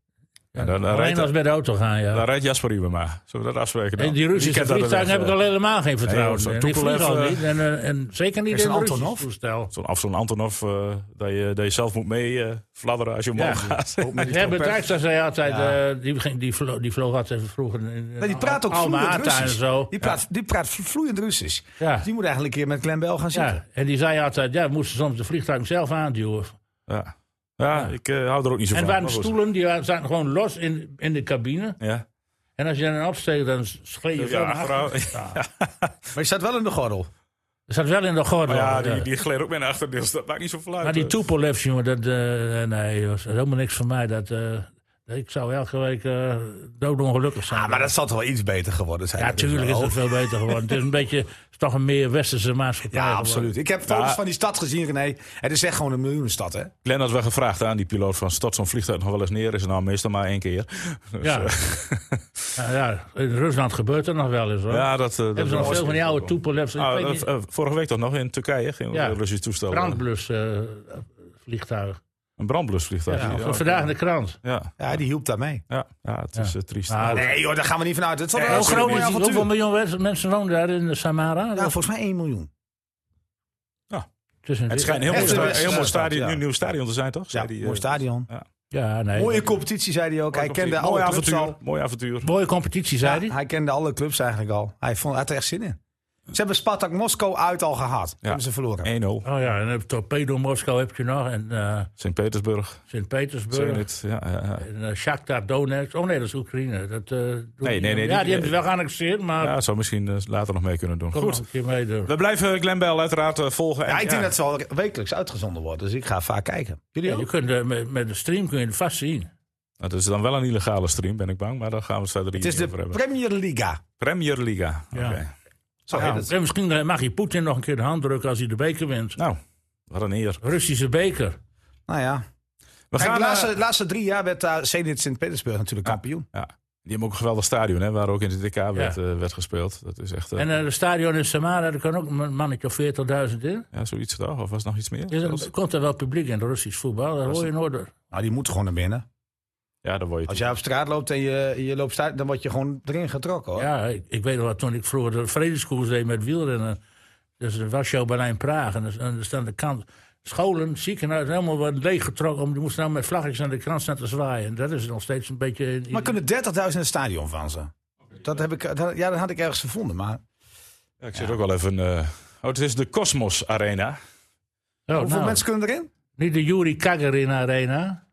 Ja, dan, eh,
alleen
rijdt-
als bij de auto gaan, ja.
Dan rijdt Jasper Ubema. Zullen we dat afspreken dan?
en die Russische
kent daar de
vliegtuigen
weg,
heb ik
eh.
al helemaal geen vertrouwen
zo'n
in. Die
Tupolev,
vliegen al
eh,
niet. En, eh, en zeker niet
is
in
een
een Russisch
Antonov.
toestel.
Zo'n af zo'n Antonov, eh, dat, je, dat je zelf moet mee eh, fladderen als je omhoog
Ja.
gaat.
Ook met die
Ja, bij
trompet.
Duitsers zei altijd,
Ja.
eh, die, ging- die, vlo, die vloog altijd vroeger in, in
Maar die praat ook
Alma
vloeiend
Ata en
Russisch.
zo.
Die praat, die praat vloeiend Russisch.
Ja.
Dus die moet eigenlijk een keer met Glenn Bell gaan zitten.
Ja, en die zei altijd, ja, we moesten soms de vliegtuig zelf aanduwen.
Ja, ja ik eh, hou er ook niet zo
En
van.
er waren
maar goed.
stoelen, Oh, die waren- zaten gewoon los in, in de cabine.
Ja,
En als je dan opsteekt, dan schreef je
ja,
veel naar
vrouw,
achteren.
Maar je staat wel in de gordel.
Ah, Er zat wel in de gordel.
maar ja,
ja.
die, die gleed ook mee naar achter, dus dat maakt niet zoveel uit.
maar die Tupolev, jongen, dat, eh, nee, dat is helemaal niks van mij. Dat, eh, ik zou elke week eh doodongelukkig zijn.
Ah, maar dat zal toch wel iets beter geworden zijn.
ja,
Dat is
natuurlijk
wel-
is het veel beter geworden. het is een beetje, het is toch een meer westerse maatschappij
Ja,
geworden.
absoluut. Ik heb foto's
Ja.
van die stad gezien, René. Het is echt gewoon een miljoenenstad, hè?
Glenn had wel gevraagd aan die piloot van, stort zo'n vliegtuig nog wel eens neer? Is er nou meestal maar één keer. [LAUGHS] Dus,
Ja.
eh,
Nou ja, in Rusland gebeurt er nog wel eens hoor.
ja, dat... eh, dat
Hebben ze nog
was-
veel van die oude Tupolevs? Ik
Ah,
weet
eh,
niet.
v- eh, vorige week toch nog in Turkije ging
Ja.
een Russisch toestel.
brandblus eh, vliegtuig.
Een brandblusvliegtuig.
Ja, vandaag in de krant.
Ja,
Ja, die hielp daarmee.
ja, ja, het is eh, triest.
Maar-
Nee, joh, daar gaan we niet vanuit. Het zal wel
Hoe
een
groot
groot
is die? Hoeveel
avontuur.
miljoen wes- mensen wonen daar in de Samara?
Ja, volgens mij 1 miljoen.
Het is een-
Het schijnt een heel
Echt
mooi, sta-
een
heel mooi
wedstrijd,
stadion,
ja.
nieuw, nieuw stadion te zijn, toch?
Ja,
Zei die, eh,
mooi stadion.
Ja, nee.
Mooie competitie, zei hij ook. Hij kende alle
mooi
clubs
avontuur.
al.
Mooi avontuur.
Mooie competitie, zei
Ja,
hij.
hij kende alle clubs eigenlijk al. Hij, vond, hij had er echt zin in. Ze hebben Spartak Moskou uit al gehad. Hebben ze verloren.
1-0.
Oh ja, en dan heb je Torpedo Moskou heb je nog. En eh
Sint-Petersburg.
Sint-Petersburg.
Zenit. Ja, ja, ja.
En eh, Shakhtar Donetsk. Oh nee, dat is Oekraïne. Dat, eh, doen
nee,
die-
nee, die-
Ja, die, hebben ze wel geannexeerd, maar...
ja, zou misschien eh, later nog mee kunnen doen.
Kom nog
Goed.
een keer meedoen.
We blijven Glenn Bell uiteraard eh, volgen. En
Ja, ik denk dat ze al wekelijks uitgezonden worden. Dus ik ga vaak kijken. Jullie
Ja, je
ook?
kunt, eh, met, met de stream kun je het vast zien.
Nou, dat is dan wel een illegale stream, ben ik bang. Maar daar gaan we het verder
Het
niet
is de
over hebben.
Premier Liga.
Premier Liga. Oké.
Ja.
Zo
Ja,
heet het.
en misschien eh, mag je Poetin nog een keer de hand drukken als hij de beker wint.
Nou, wat een eer.
Russische beker.
Nou ja.
We
Kijk,
gaan...
de laatste,
eh,
de laatste drie jaar werd daar Zenit Sint-Petersburg natuurlijk kampioen.
ja. Die hebben ook een geweldig stadion, hè, waar ook in de DK werd, eh, werd gespeeld. Dat is echt... eh,
En eh het stadion in Samara, daar kan ook een mannetje of 40.000 in.
ja, zoiets toch? Of was het nog iets meer?
Dus er komt er wel publiek in Russisch voetbal, dat hoor je nooit.
Nou, die moet gewoon naar binnen.
Ja, daar word je
Als jij op straat loopt en je, je loopt straat, dan word je gewoon erin getrokken hoor.
Ja, ik, ik weet nog wat, toen ik vroeger de vredeskoers deed met wielrennen. Dus er was show Berlijn Praag en er- en er staan de kant. Scholen, ziekenhuizen, helemaal wat leeggetrokken. om- Die moesten nou met vlaggetjes aan de krant staan te zwaaien. En dat is nog steeds een beetje... in-
Maar kunnen 30.000 in het stadion van ze? Dat heb ik, dat- ja, dat had ik ergens gevonden. Maar
Ja, ik zit ook wel even. eh, oh, het is de Cosmos Arena.
Oh,
hoeveel
nou,
mensen kunnen erin?
Niet de Yuri Kagarin Arena.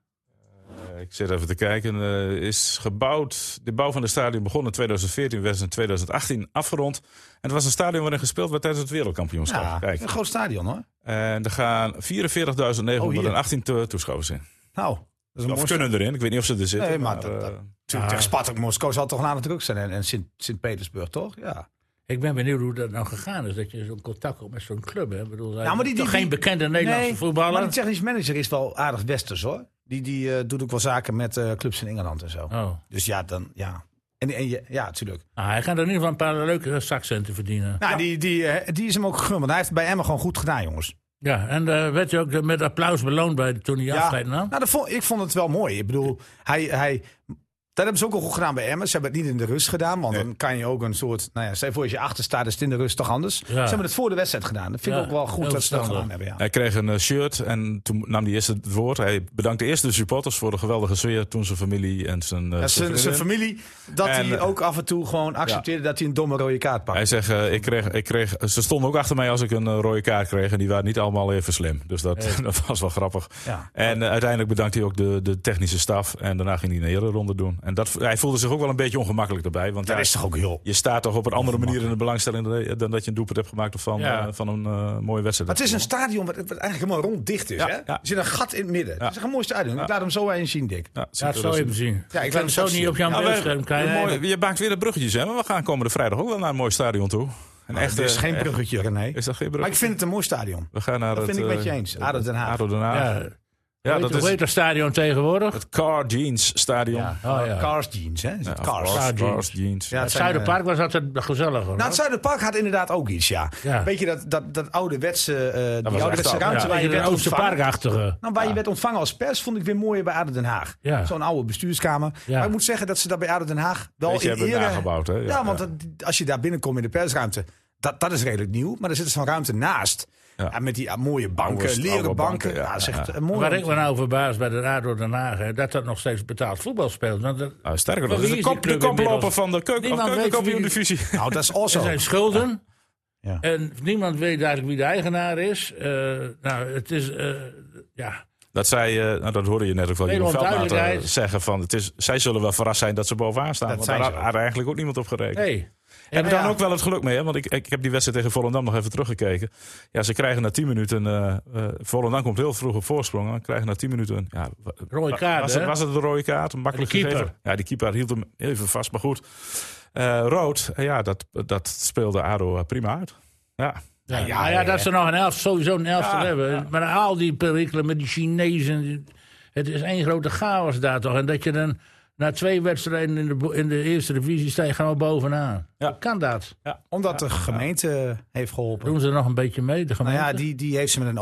Eh, ik zit even te kijken. eh, is gebouwd, de bouw van het stadion begon in 2014, werd in 2018 afgerond. En het was een stadion waarin gespeeld werd tijdens het wereldkampioenschap.
Ja,
Kijk.
een groot stadion hoor.
En er gaan 44.918
Oh,
to- toeschouwers in.
Nou, dat is een
Of
mooi
kunnen erin, ik weet niet of ze er zitten.
Nee, maar dat- dat-
eh,
Natuurlijk, tegen Spartak Moskou zal het toch namelijk ook zijn. En, en Sint- Sint-Petersburg, toch? Ja.
Ik ben benieuwd hoe dat nou gegaan is. Dat je zo'n contact komt met zo'n club. Hè. Ik Bedoel, hij
Nou, maar
is
die- die-
toch
die-
geen bekende Nederlandse
Nee, Maar
voetballer.
die technisch manager is wel aardig westers, hoor. Die, die eh, doet ook wel zaken met eh, clubs in Engeland en zo.
Oh.
Dus ja, dan, ja. En, en je- ja, natuurlijk.
Nou, hij gaat er in ieder geval een paar leuke zakcenten verdienen.
Nou, die, die, eh, die is hem ook gegund. Want hij heeft het bij Emmen gewoon goed gedaan, jongens.
Ja, en eh, werd je ook eh, met applaus beloond bij, toen hij afscheid nam?
Nou, dat vond, ik vond het wel mooi. Ik bedoel, hij, hij, dat hebben ze ook al goed gedaan bij Emmen. Ze hebben het niet in de rust gedaan. Want dan kan je ook een soort... Nou ja, stel je voor als je achter staat, is het in de rust toch anders. Ze hebben het voor de wedstrijd gedaan. Dat vind ik
Ja,
ook wel goed
heel
dat ze dat
verstandig.
gedaan hebben, ja.
Hij kreeg een eh, shirt en toen nam hij eerst het woord. Hij bedankte eerst de supporters voor de geweldige sfeer toen zijn familie en zijn, eh,
Ja,
zijn
zijn, zijn
vriendin.
familie, dat
En,
hij
eh,
ook af en toe gewoon accepteerde dat hij een domme rode kaart pakte.
Hij zegt, eh, ik kreeg, ik kreeg, ze stonden ook achter mij als ik een eh, rode kaart kreeg. En die waren niet allemaal even slim. Dus dat, [LAUGHS] dat was wel grappig.
Ja.
En eh, uiteindelijk bedankte hij ook de, de technische staf. En daarna ging hij een hele ronde doen. En dat, hij voelde zich ook wel een beetje ongemakkelijk daarbij. Want
Dat
ja,
is toch ook heel...
je staat toch op een andere manier in de belangstelling dan- dan dat je een doelpunt hebt gemaakt of van,
Ja.
eh, van een eh, mooie wedstrijd.
Maar het is een stadion wat, wat eigenlijk helemaal ronddicht is.
Ja,
hè?
ja.
Er zit een gat in het midden. Het is een mooi stadion. Ik laat hem zo eens zien, Dick.
Ja,
Ja, dat zou je hem zien.
Ja, ik
ik
laat
kan
hem
hem zo
straks
niet
zien.
op jouw
Ja, wij-
beeldscherm
een
kijken.
mooi- je maakt weer de bruggetjes, hè? Maar we gaan komende vrijdag ook wel naar een mooi stadion toe. Een
Het
echte,
Oh, is geen
eh,
bruggetje, René.
Is dat geen brug?
Maar ik vind het een mooi stadion.
we gaan naar
Dat
het,
vind ik met je
eh,
eens. ADO Den Haag.
ADO Den Haag.
Ja,
Ja,
hoe heet-
dat
hoe
is
heet dat stadion tegenwoordig?
het Car Jeans Stadion.
ja. Oh, ja.
Cars jeans, hè? Is
Ja,
het
of
cars?
Cars,
Car Jeans.
Cars Jeans.
Ja,
het
eh,
Zuiderpark was altijd gezelliger. hoor.
Eh, Nou, het Zuiderpark had inderdaad ook iets, ja.
Ja.
Weet je, dat, dat, dat ouderwetse, eh die
echt
ouderwetse
oud.
ruimte
ja,
waar je
een
werd ontvangen.
Oosterparkachtige.
Nou, waar je werd ontvangen als pers vond ik weer mooier bij ADO Den Haag.
Ja.
Zo'n oude bestuurskamer.
Ja.
Maar ik moet zeggen dat ze daar bij ADO Den Haag wel
Beetje
in
hebben
ere...
nagebouwd, hè?
Ja,
Ja,
want
ja.
dat- als je daar binnenkomt in de persruimte, dat, dat is redelijk nieuw. Maar er zit zo'n ruimte naast. Ja.
Ja.
met die ah, mooie banken,
Oude-
leren
oude
banken.
banken, ja,
ja, dat is echt
ja.
een mooi.
Waar ik me nou verbaas bij de ADO Den Haag, hè, dat dat nog steeds betaald voetbal speelt. Want dat,
Nou, sterker
Maar
nog, dat is
wie
de,
is
kop,
die
de
club
koploper
inmiddels?
van de keuken,
Niemand
of
weet
keukenkampioen
wie die-
divisie.
Nou, dat is
er
also.
zijn schulden.
Ja.
En niemand weet eigenlijk wie de eigenaar is. Eh, nou, het is... eh,
[LAUGHS]
ja.
Dat zij, eh, nou, dat hoorde je net ook wel
Hele
Jeroen Veldmaat eh,
onduidelijkheid.
zeggen van, het is, zij zullen wel verrast zijn dat ze bovenaan staan.
Dat
want
zijn
daar
ze
had
ook.
had eigenlijk ook niemand op gerekend.
Nee.
Hebben
Ja,
daar
ja.
ook wel het geluk mee, hè? want ik, ik heb die wedstrijd tegen Volendam nog even teruggekeken. Ja, ze krijgen na 10 minuten, eh eh, Volendam komt heel vroeg op voorsprong, en krijgen na 10 minuten, ja, wa-
Rode kaart,
was, het,
hè?
was het een rode kaart? Een makkelijk
De keeper.
gegeven. Ja, die keeper hield hem even vast, maar goed. Eh, rood, eh, ja, dat, dat speelde ADO eh, prima uit. Ja,
Ja, nou ja, dat ze nog een helft, sowieso een helft hebben. Maar al die perikelen met die Chinezen. die- Het is één grote chaos daar toch. En dat je dan na twee wedstrijden in de, bo- in de eerste divisie sta je gewoon bovenaan.
Ja.
Hoe kan dat?
Omdat de gemeente heeft geholpen.
Doen ze er nog een beetje mee, de
Nou
gemeente?
ja, die, die heeft ze met een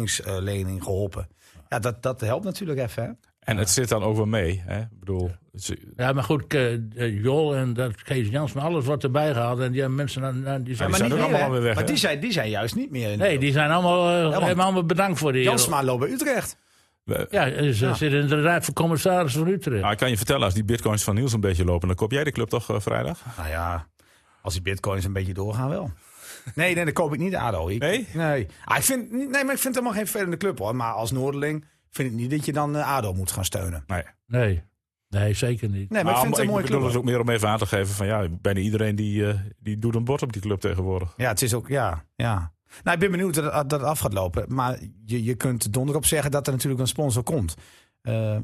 overbruggingslening geholpen. Ja, dat, dat helpt natuurlijk even. Hè?
en het zit dan ook wel mee. Hè? Ik bedoel, ze-
Ja, maar goed, eh, eh, Jol en dat Kees Jans, maar alles wordt erbij gehaald. En die hebben mensen... aan- aan- die zijn,
Ja, maar zijn ook
meer,
allemaal
hè?
weer weg,
Maar
hè?
die zijn, die zijn juist niet meer in de
nee, die zijn allemaal, eh,
want-
hebben allemaal bedankt voor die...
Jansma loopt bij Utrecht.
we-
Ja, eh, ze zitten inderdaad voor commissaris van Utrecht.
nou, ik kan je vertellen, als die bitcoins van Niels een beetje lopen, dan koop jij de club toch eh, vrijdag?
Nou ja, als die bitcoins een beetje doorgaan wel. Nee, nee, dat koop ik niet, ADO. Ik,
Nee?
Nee. Ah, ik vind, nee, maar ik vind het helemaal geen vervelende club hoor. Maar als Noorderling vind ik niet dat je dan eh, ADO moet gaan steunen.
Nee.
Nee, nee, zeker niet.
Nee, maar ik vind het een mooie
Nou, bedoel
club.
het
hoor.
ook meer om even aan te geven van ja, bijna iedereen die, eh, die doet een bord op die club tegenwoordig.
Ja, het is ook, ja, ja. Nou, ik ben benieuwd dat, dat het af gaat lopen. Maar je, je kunt donderop zeggen dat er natuurlijk een sponsor komt. Eh,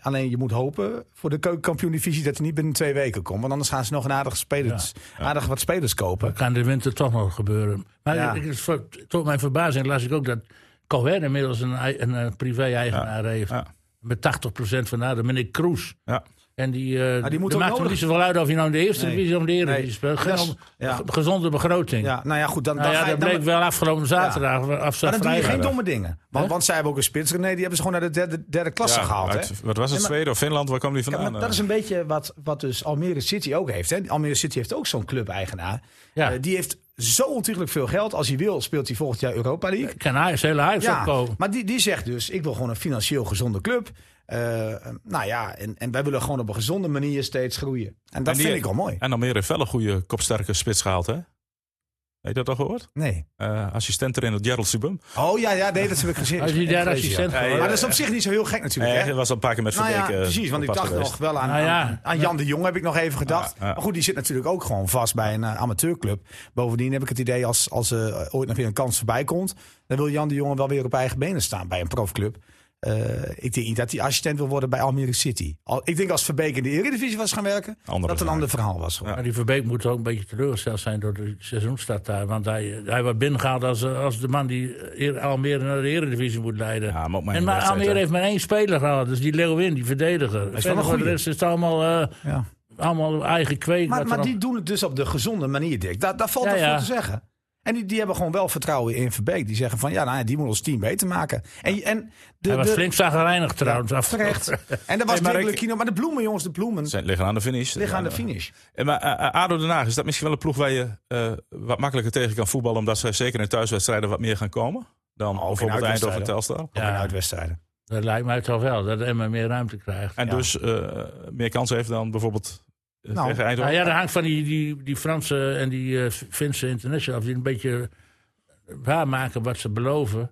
alleen je moet hopen voor de keukenkampioen-divisie dat hij niet binnen twee weken komt. Want anders gaan ze nog een aardig, spelers, aardig wat spelers kopen.
Dat kan de winter toch nog gebeuren. Maar
Ja.
ik- ik- voor- tot mijn verbazing las ik ook dat Cohen inmiddels een, ei- een, eh, privé-eigenaar heeft.
ja.
Met 80% van de meneer Kroes.
Ja.
En die, eh
Ah, die moet
dat
ook
maakt hem
nodig.
niet zoveel uit of je nou in de eerste
Nee.
divisie of in de eredivisie
Nee.
speelt. Geen
Dat is-
on-
ja.
ge- gezonde begroting.
Ja, nou ja, goed. Dan,
Nou
dan
ja,
ga je-
dat
dan-
bleek wel afgelopen zaterdag. Af
Maar dan doe je geen
vrijdag.
domme dingen. Want, want zij hebben ook een spits. Nee, die hebben ze gewoon naar de derde, derde klasse
Ja,
gehaald.
uit-
hè?
wat was het,
Ja, maar-
Zweden of Finland? Waar kwam die
Kijk,
vandaan?
maar
eh,
dat is een beetje wat, wat dus Almere City ook heeft. Hè? Almere City heeft ook zo'n club-eigenaar.
Ja.
Eh, die heeft zo ontiegelijk veel geld. Als hij wil, speelt hij volgend jaar Europa League.
Kan hij zijn hele huis
Ja,
opkomen.
maar die, die zegt dus, ik wil gewoon een financieel gezonde club. Eh, nou ja, en, en wij willen gewoon op een gezonde manier steeds groeien. En dat
En die-
vind ik al mooi.
En Almere heeft wel een goede kopsterke spits gehaald, hè? Heb je dat al gehoord?
Nee.
Eh assistent trainer Gerald Subum.
Oh ja, ja nee, dat heb ik gezien.
Als je
Ja,
daar
gelezen, ja.
assistent
ja. Ja,
voor
ja.
Maar dat is op zich niet zo heel gek natuurlijk.
Hij
hè?
Eh, was al een paar keer met
Nou
Verbeek.
ja,
eh,
precies, want ik
op pad
dacht
geweest.
nog wel aan,
Nou ja.
aan, aan Jan de Jong, heb ik nog even gedacht.
Ja, ja.
Maar goed, die zit natuurlijk ook gewoon vast bij een eh, amateurclub. Bovendien heb ik het idee, als, als eh, ooit nog weer een kans voorbij komt... dan wil Jan de Jong wel weer op eigen benen staan bij een profclub. Eh, ik denk niet dat hij assistent wil worden bij Almere City. Al, ik denk als Verbeek in de Eredivisie was gaan werken,
Andere
dat een
zaak.
ander verhaal was. hoor.
Maar die Verbeek moet ook een beetje teleurgesteld zijn door de seizoenstart daar. Want hij, hij wordt binnengehaald als, eh, als de man die eer- Almere naar de Eredivisie moet leiden.
Ja, maar ook maar
en
in de
maar
wedstrijd, eh,
Almere
hè.
heeft maar één speler gehad. Dus die Leeuwin, die verdediger.
een
Verder voor de
goeie.
rest is het allemaal, eh,
Ja.
allemaal eigen kweek.
Maar,
wat
maar
er
die
op-
doen het dus op de gezonde manier, Dick. Daar, daar valt
Ja,
wat
ja.
voor te zeggen. En die, die hebben gewoon wel vertrouwen in Verbeek. Die zeggen van, ja, nou, ja, die moet ons team beter maken. En, en de,
hij was
de-
flink zagrijnig trouwens. af.
Terecht. En dat was
Hey, maar
Dirk
ik-
Lukino. Maar de bloemen, jongens, de bloemen
Zijn, liggen aan de finish.
liggen aan de finish.
Eh, Maar eh, eh, ADO Den Haag, is dat misschien wel een ploeg waar je eh, wat makkelijker tegen kan voetballen? Omdat ze zeker in thuiswedstrijden wat meer gaan komen. Dan bijvoorbeeld Eindhoven en
Oh,
Telstar.
uitwedstrijden. Ja.
Ja.
En
[LAUGHS]
uitwedstrijden.
Dat lijkt mij toch wel, dat Emma meer ruimte krijgt.
En
Ja.
dus eh, meer kans heeft dan bijvoorbeeld eh,
Nou,
tegen
Nou
Eindhoven.
ja, dat hangt van die, die, die Franse en die eh, Finse internationals. Die een beetje waarmaken wat ze beloven.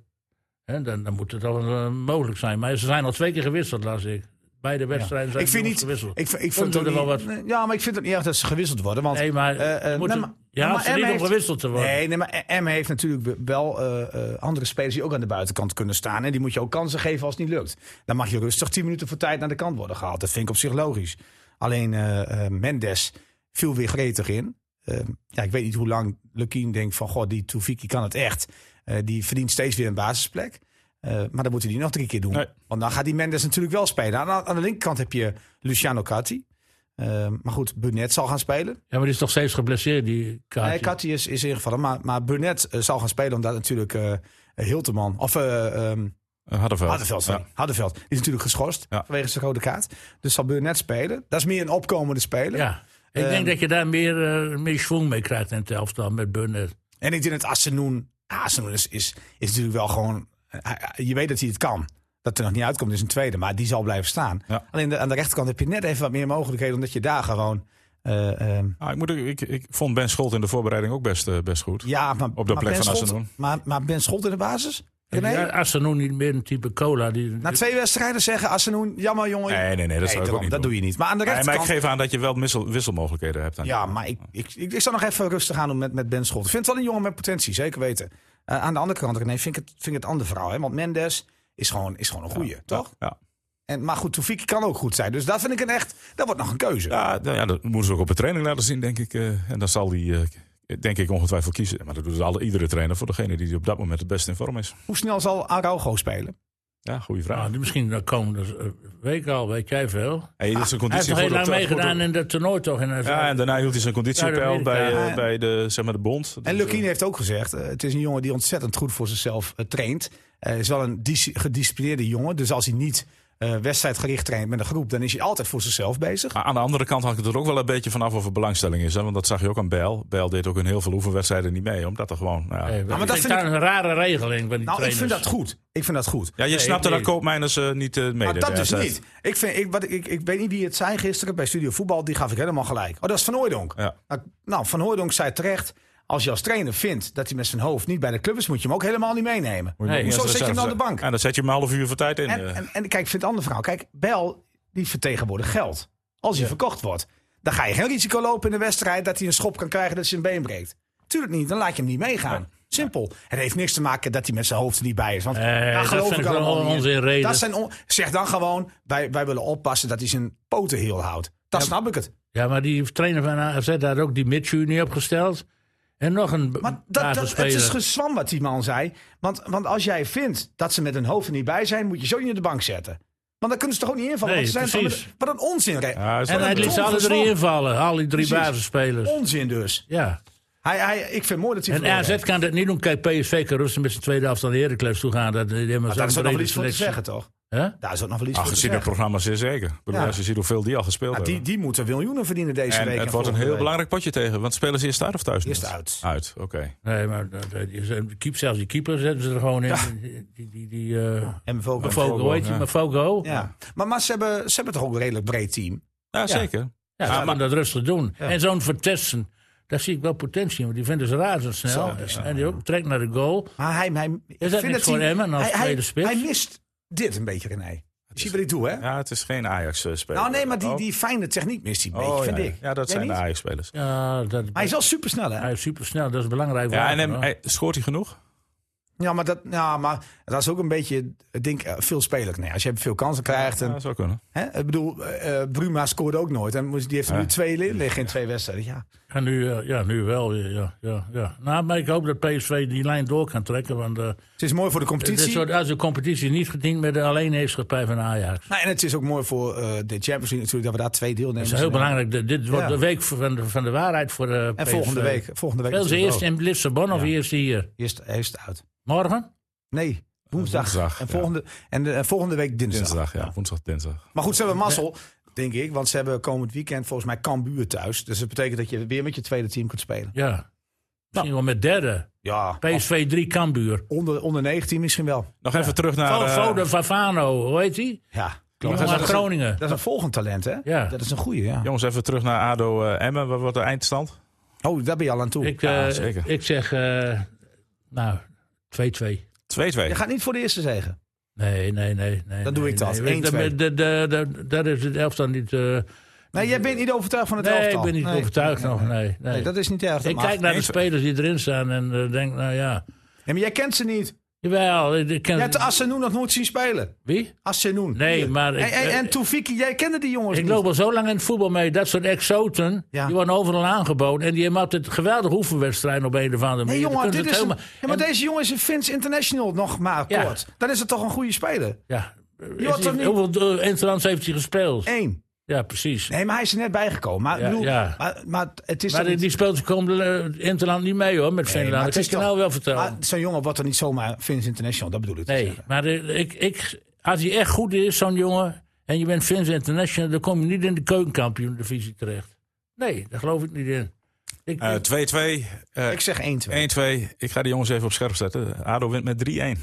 Hè, dan, dan moet het al eh, mogelijk zijn. Maar ze zijn al twee keer gewisseld, las ik. Beide wedstrijden zijn
Ik vind
nog
niet...
gewisseld.
Ik, ik
Komt
vind
er
het
wel
wel
wat-
Ja, maar ik vind het niet erg dat ze gewisseld worden. Want,
nee, maar
eh, eh,
je moet
nee,
het-
maar-
je
nee,
haalt ze
maar
niet
Emma
om
heeft-
gewisseld te worden.
Nee, nee, maar M heeft natuurlijk wel eh, eh, andere spelers die ook aan de buitenkant kunnen staan. En die moet je ook kansen geven als het niet lukt. Dan mag je rustig 10 minuten voor tijd naar de kant worden gehaald. Dat vind ik op zich logisch. Alleen eh, eh, Mendes viel weer gretig in. Eh, ja, ik weet niet hoe lang Lukien denkt van... Goh, die Toefiki kan het echt. Eh, die verdient steeds weer een basisplek. Eh, maar dan moet hij die nog drie keer doen.
Nee.
Want dan gaat die Mendes natuurlijk wel spelen. Aan, aan de linkerkant heb je Luciano Catti. Eh, maar goed, Burnett zal gaan spelen.
Ja, maar die is toch steeds geblesseerd, die kaart.
Nee, Katty is, is ingevallen. Maar, maar Burnett eh, zal gaan spelen omdat natuurlijk eh Hilteman... Of eh ehm
Eh, Hardenveld.
Hardenveld, sorry.
Ja.
Hardenveld. Die is natuurlijk geschorst
Ja.
vanwege zijn rode kaart. Dus zal Burnett spelen. Dat is meer een opkomende speler.
ja. Ik
Ehm,
denk dat je daar meer, eh meer schwung mee krijgt in Telftal met Burnett.
En ik denk dat Assenoen... Ja, Assenoen is, is, is natuurlijk wel gewoon... hij- hij- je weet dat hij het kan. Dat er nog niet uitkomt is een tweede. Maar die zal blijven staan.
Ja.
Alleen de- aan de rechterkant heb je net even wat meer mogelijkheden. Omdat je daar gewoon... eh, ehm,
Ah, ik, moet, ik, ik vond Ben Scholt in de voorbereiding ook best, eh, best goed.
ja, maar,
Op de
maar
plek
ben
van
Scholt-
Assenoen.
Maar, maar Ben Scholt in de basis? René?
Ja, als ze nog niet meer een type cola... Die,
Na twee wedstrijden zeggen Assenoen, jammer jongen.
Dus- Nee, nee, nee, dat zou ik ook
daarom,
niet
dat
doen.
doe je niet. Maar aan de
Nee, maar ik
rechterkant...
geef aan dat je wel wissel, wisselmogelijkheden hebt. Aan
Ja, maar ik, ik, ik, ik zal nog even rustig aan doen met, met Ben Scholt. Ik vind het wel een jongen met potentie, zeker weten. Eh, aan de andere kant, nee, vind ik het, vind ik het ander verhaal. Hè? Want Mendes is gewoon, is gewoon een goeie, toch?
Ja,
En, maar goed, Toefik kan ook goed zijn. Dus dat vind ik een echt... Dat wordt nog een keuze.
ja, nou ja dat moeten ze ook op de training laten zien, denk ik. eh, en dan zal die, eh, denk ik, ongetwijfeld kiezen. Maar dat doet alle, iedere trainer voor degene die op dat moment het best in vorm is.
Hoe snel zal Araujo spelen?
Ja, goede vraag.
Nou, misschien de komende eh, week al, weet jij veel.
Hey, dit is een
Hij heeft
conditie
nog heel
goed
lang
op de- goed
meegedaan
op-
in dat toernooi toch? En hij zei-
Ja, en daarna hield hij zijn conditie op peil bij, eh,
Zuid-Amerika.
bij de, zeg maar, de bond. Dus,
En Lukien
eh,
heeft ook gezegd, eh, het is een jongen die ontzettend goed voor zichzelf eh, traint. Eh is wel een dis- gedisciplineerde jongen. Dus als hij niet eh, wedstrijdgericht traint met een groep, dan is hij altijd voor zichzelf bezig.
eh, Maar aan de andere kant hangt het er ook wel een beetje vanaf of er belangstelling is. Hè? Want dat zag je ook aan Bijl. Bijl deed ook in heel veel oefenwedstrijden niet mee. Omdat er gewoon... nou ja.
Nee,
maar
maar
dat
dat
vind
daar een rare regeling van die
Nou, ik vind dat
trainers.
goed. Ik vind dat goed.
ja, je
Nee,
snapte
nee.
dat koopmijners eh, niet eh mee
Maar dat
deden
dus
destijds.
niet. Ik, vind, ik, wat, ik, ik weet niet wie het zei gisteren bij Studio Voetbal. Die gaf ik helemaal gelijk. Oh, dat is Van Hooijdonk.
Ja.
Nou, Nou, Van Hooijdonk zei terecht... als je als trainer vindt dat hij met zijn hoofd niet bij de club is... moet je hem ook helemaal niet meenemen.
Moet je nog
Nee,
hoezo
eerst
zet je hem dan
reserve-
op de bank?
Ja, dan zet je hem een half uur voor tijd in.
En,
eh.
en, en kijk, ik vind het een ander verhaal. Kijk, Bel, die vertegenwoordigt geld. Als hij verkocht wordt, dan ga je geen risico lopen in de wedstrijd... dat hij een schop kan krijgen dat hij zijn been breekt. Tuurlijk niet, dan laat je hem niet meegaan. Simpel. Het heeft niks te maken dat hij met zijn hoofd er niet bij is. Want
Nee,
daar
dat
geloof
vind
ik
ik wel
allemaal niet in.
onzinreden.
Dat zijn on- zeg dan gewoon, wij, wij willen oppassen dat hij zijn poten heel houdt. Dan snap ik het.
Ja, maar die trainer van AZ had ook die Mitsu niet opgesteld. En nog een
Maar dat, dat, het is gezwam wat die man zei. Want, want als jij vindt dat ze met hun hoofd er niet bij zijn... moet je zo niet op de bank zetten. Want dan kunnen ze toch ook niet invallen.
Nee,
want ze zijn
precies.
van- Wat een onzin. Re-
Ja, is
en
wel-
hij liet ze
Tom
alle
van
drie
Zwan.
invallen, al die drie
Precies.
basisspelers.
Onzin dus.
Ja.
Hij, hij, ik vind het mooi dat hij
En
verloren
AZ
heeft.
kan dat niet doen. Kijk, PSV kan rustig met zijn tweede helft naar de Heracles toe gaan. Dat, die hebben
Maar
zo'n
daar is ook nog wel
brede
iets voor te
selectie.
zeggen, toch?
Hè?
Daar is ook nog wel iets
Ah,
voor
gezien
te
de
zeggen.
programma's is zeker. Ik bedoel,
Ja.
Als je ziet hoeveel die al gespeeld
Ja, die,
hebben.
die moeten miljoenen verdienen deze
En
week.
het wordt een heel
volgende week.
belangrijk potje tegen. Want spelen ze eerst uit of thuis?
Eerst
Niels?
uit.
Uit, oké.
Nee, maar dat, dat is- en de keep, zelfs die keeper zetten ze er gewoon in. Die, die, die, die, eh,
En Vogel.
Fogo, weet je,
ja.
maar Fogo.
Ja. Maar, maar ze, hebben, ze hebben toch ook een redelijk breed team.
Ja, zeker.
Ja, ze gaan dat rustig doen. En zo'n Vertessen, Daar zie ik wel potentie in, want die vinden ze razendsnel.
Zo, zo.
en die ook trekt naar de goal.
Maar hij, hij, ik
dat niks voor
hij,
Emmen als
hij,
tweede spits?
hij mist dit een beetje, René. Zie je wat ik doe, hè?
Ja, het is geen eh, Ajax-speler.
nou, nee, maar die, die fijne techniek mist hij een beetje, vind
Oh. ja.
ik.
Ja, dat
Jij
zijn de
niet?
Ajax-spelers.
Ja, dat,
Maar hij is wel supersnel, hè?
hij is supersnel, dat is belangrijk.
Ja, en
wapen,
hem,
hoor.
hij- scoort hij genoeg?
Ja, maar dat, ja, maar dat is ook een beetje, ik denk, eh, veel spelers. Nee, als je veel kansen krijgt. En,
Ja, dat zou kunnen.
hè? Ik bedoel, eh, eh, Bruma scoorde ook nooit. En moest- die heeft er
Ja.
nu twee li- liggen in twee wedstrijden. Ja.
Ja, nu, eh, ja, nu wel. Ja, ja, ja, ja. Nou, maar ik hoop dat PSV die lijn door kan trekken. Want eh,
Het is mooi voor de
dit
competitie.
soort, als de competitie niet gediend met de alleenheerschappij van Ajax.
Nou, en het is ook mooi voor eh, de Champions League natuurlijk dat we daar twee
Dat
deelnemers
is heel
hebben.
belangrijk. Dit- dit wordt
Ja.
de week van de, van de waarheid voor eh, de
En volgende
eh,
week. Volgende week
Wel ze
natuurlijk
eerst
ook.
in Lissabon of eerst hier?
eerst, eerst uit.
Morgen?
Nee, woensdag.
Woensdag,
en,
ja.
volgende, en, de- en volgende week dinsdag.
Dinsdag, ja. Woensdag, dinsdag.
Maar goed, ze hebben mazzel, denk ik. Want ze hebben komend weekend volgens mij Cambuur thuis. Dus dat betekent dat je weer met je tweede team kunt spelen.
Ja.
Nou.
Misschien wel met derde.
Ja,
PSV 3 Kambuur.
onder, onder 19 misschien wel.
Nog even terug naar... eh,
Foden Favano, Oh, hoe heet die?
Ja,
Die
klopt.
jongen uit
Dat is een-
Groningen.
Dat is een volgend talent, hè?
Ja.
Dat is een goeie, ja.
jongens, even terug naar ADO eh, Emmen. Wat wordt de eindstand?
Oh, daar ben je al aan toe.
Ik,
Ja,
eh,
zeker.
ik zeg, eh, nou, 2-2.
2-2.
Je gaat niet voor de eerste zeggen.
Nee, nee, nee. nee
Dan doe ik dat.
Nee.
1-2.
Dat- dat- dat- dat- Dat is het elftal niet... eh,
Nee, jij bent niet overtuigd van het
nee, ik
elftal.
ben niet overtuigd nog. Nee, nee.
Nee, dat is niet erg. dat
ik
mag.
kijk naar de
Eens-
spelers die erin staan en eh, denk, nou ja.
Nee, maar jij kent ze niet.
Jawel, ik ik
Je
ken...
hebt Assenoen nog nooit zien spelen.
Wie?
Assenoen.
Eh. Nee,
Hier.
maar ik- eh,
En, en, en Toefiki, jij kende die jongens
Ik
niet.
loop al zo lang in het voetbal mee. Dat soort exoten,
Ja.
die worden overal aangeboden. En die hebben altijd geweldige oefenwedstrijden op een of andere manier.
Nee,
Dan
jongen,
kunnen
dit
ze
is
het
een,
helemaal-
ja, maar
en-
deze jongen is een Fins International nog maar
Ja.
kort. Dan is het toch een goede speler?
Ja.
had
Is
toch
hij-
niet-
Hoeveel eh, interlands heeft hij gespeeld?
Eén.
Ja, precies.
Nee, maar hij is er net bijgekomen. Maar, ik
Ja,
bedoel,
ja.
maar, maar het is
maar die,
toch niet-
die speelt de komende eh, interland niet mee hoor, met
Nee, maar
Finland.
het
dat kan
is
ik je
toch-
nou wel vertellen.
maar Zo'n jongen wordt er niet zomaar Fins International, dat bedoel ik. te
nee,
zeggen.
maar eh, ik, ik, als hij echt goed is, zo'n jongen, en je bent Finse International, dan kom je niet in de keukenkampioen-divisie terecht. Nee, daar geloof ik niet in. Ik,
Eh,
ik-
2-2. eh,
Ik zeg 1-2.
1-2. Ik ga die jongens even op scherp zetten. ADO wint met 3-1.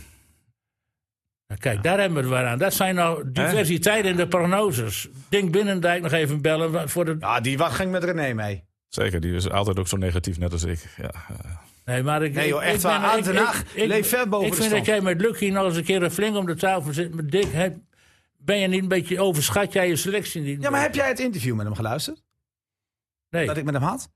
Nou, Kijk, daar hebben we het weer aan. Dat zijn nou diversiteit in de prognoses. Dink Binnendijk nog even bellen. wa- Voor de...
Ja, die wat ging met René mee.
Zeker, die is altijd ook zo negatief, net als ik. Ja, eh,
Nee, maar ik,
Nee, joh,
ik-
echt
ik
waar.
ben-
Aan
ik-
Den
ik-
Haag
ik-
leeft ver boven
Ik
de
vind
stand.
dat jij met Lucky nog eens een keer een flink om de tafel zit. Met Dick, heb- ben je niet een beetje overschat jij je selectie niet?
Ja, maar heb jij het interview met hem geluisterd?
Nee,
Dat ik met hem had?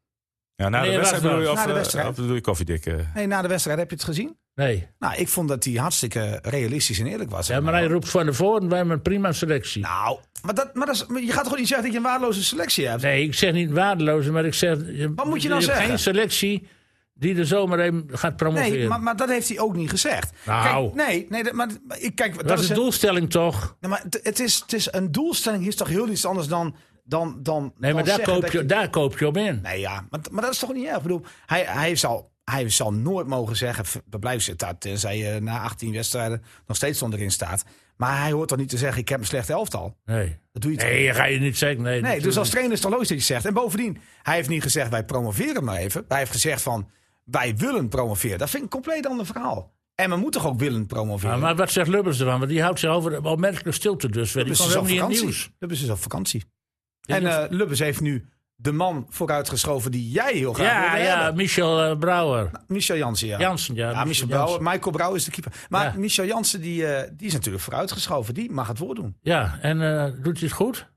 ja na
Nee,
de
wacht
wedstrijd bedoel je,
wel.
of,
Na de
eh,
wedstrijd.
of bedoel je koffiedik? eh?
Nee, na de wedstrijd heb je het gezien?
nee.
Nou, ik vond dat hij hartstikke realistisch en eerlijk was.
Ja, maar hij roept van tevoren, wij hebben een prima selectie.
Nou, maar, dat, maar, dat is, maar je gaat toch niet zeggen dat je een waardeloze selectie hebt?
Nee, ik zeg niet waardeloze, maar ik zeg... je-
Wat moet je dan
hebt
zeggen?
geen selectie die er zomaar even gaat promoveren.
Nee, maar, maar dat heeft hij ook niet gezegd.
Nou.
Kijk, nee, nee, dat- maar maar ik kijk,
Dat is de
een-
doelstelling toch?
Nee, maar het- het is, het is een doelstelling, is toch heel iets anders dan. dan, dan
Nee, maar
dan
daar
zeggen
koop,
dat
je, daar koop je op in.
Nee, ja, maar, maar dat is toch niet erg? Ik bedoel, hij, hij, zal, hij zal nooit mogen zeggen, v- dat blijft zitten, dat, tenzij je na 18 wedstrijden nog steeds onderin staat. Maar hij hoort toch niet te zeggen, ik heb een slecht elftal.
Nee.
Dat doe je toch
Nee, dat ga je niet zeggen. Nee,
Nee, dus
natuurlijk.
als trainer is het toch logisch dat je het zegt. En bovendien, hij heeft niet gezegd wij promoveren maar even. Hij heeft gezegd van wij willen promoveren. Dat vind ik een compleet ander verhaal. En we moeten toch ook willen promoveren.
Ja, maar wat zegt Lubbers ervan? Want die houdt zich over de opmerkelijke stilte dus. Weet. Die
Lubbers
kwam
is op
helemaal niet in het
vakantie.
nieuws.
Lubbers is dus op vakantie.
Ja,
en
die-
eh, Lubbers heeft nu de man vooruitgeschoven die jij heel eh, graag
Ja,
wilde
ja,
hebben.
Michel eh, Brouwer.
Michel Jansen, ja.
Jansen, ja.
Ja, Michel Brouwer,
Jansen.
Michael Brouwer is de keeper. Maar
Ja.
Michel Jansen die, eh, die is natuurlijk vooruitgeschoven. Die mag het woord doen.
Ja, en eh, doet hij het goed?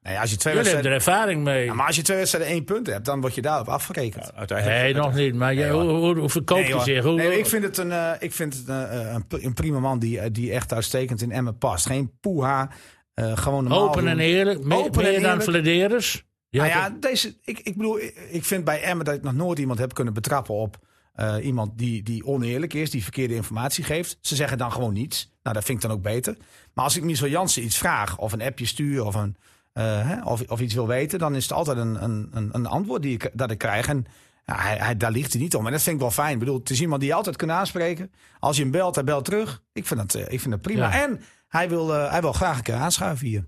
Nou ja, als je twee
Jullie hebben
wedstrijden,
er ervaring mee.
ja, maar als je twee wedstrijden één punt hebt, dan word je daarop afgerekend.
uiteindelijk.
nee, nog niet. Maar jij,
hoor.
hoe, hoe, hoe verkoopt
Nee,
hij
hoor.
zich? Hoe,
Nee, ik vind het een, eh, ik vind het een, eh, een, pri- een prima man die, eh, die echt uitstekend in Emmen past. Geen poeha, eh, gewoon normaal
open
doen.
en eerlijk. Me-
Open en
meer dan
eerlijk.
Flederis. Ja,
Nou ja, deze, ik, ik bedoel, ik- ik vind bij Emmen dat ik nog nooit iemand heb kunnen betrappen op eh, iemand die, die oneerlijk is, die verkeerde informatie geeft. Ze zeggen dan gewoon niets. Nou, dat vind ik dan ook beter. Maar als ik Michel Jansen iets vraag, of een appje stuur, of, een, eh, hè, of, of iets wil weten, dan is het altijd een, een, een, een antwoord die ik, dat ik krijg. En ja, hij, hij, daar ligt hij niet om. En dat vind ik wel fijn. Ik bedoel, het is iemand die je altijd kunt aanspreken. Als je hem belt, hij belt terug. Ik vind dat, eh, ik vind dat prima.
Ja.
En hij wil, eh, hij wil graag een keer aanschuiven hier.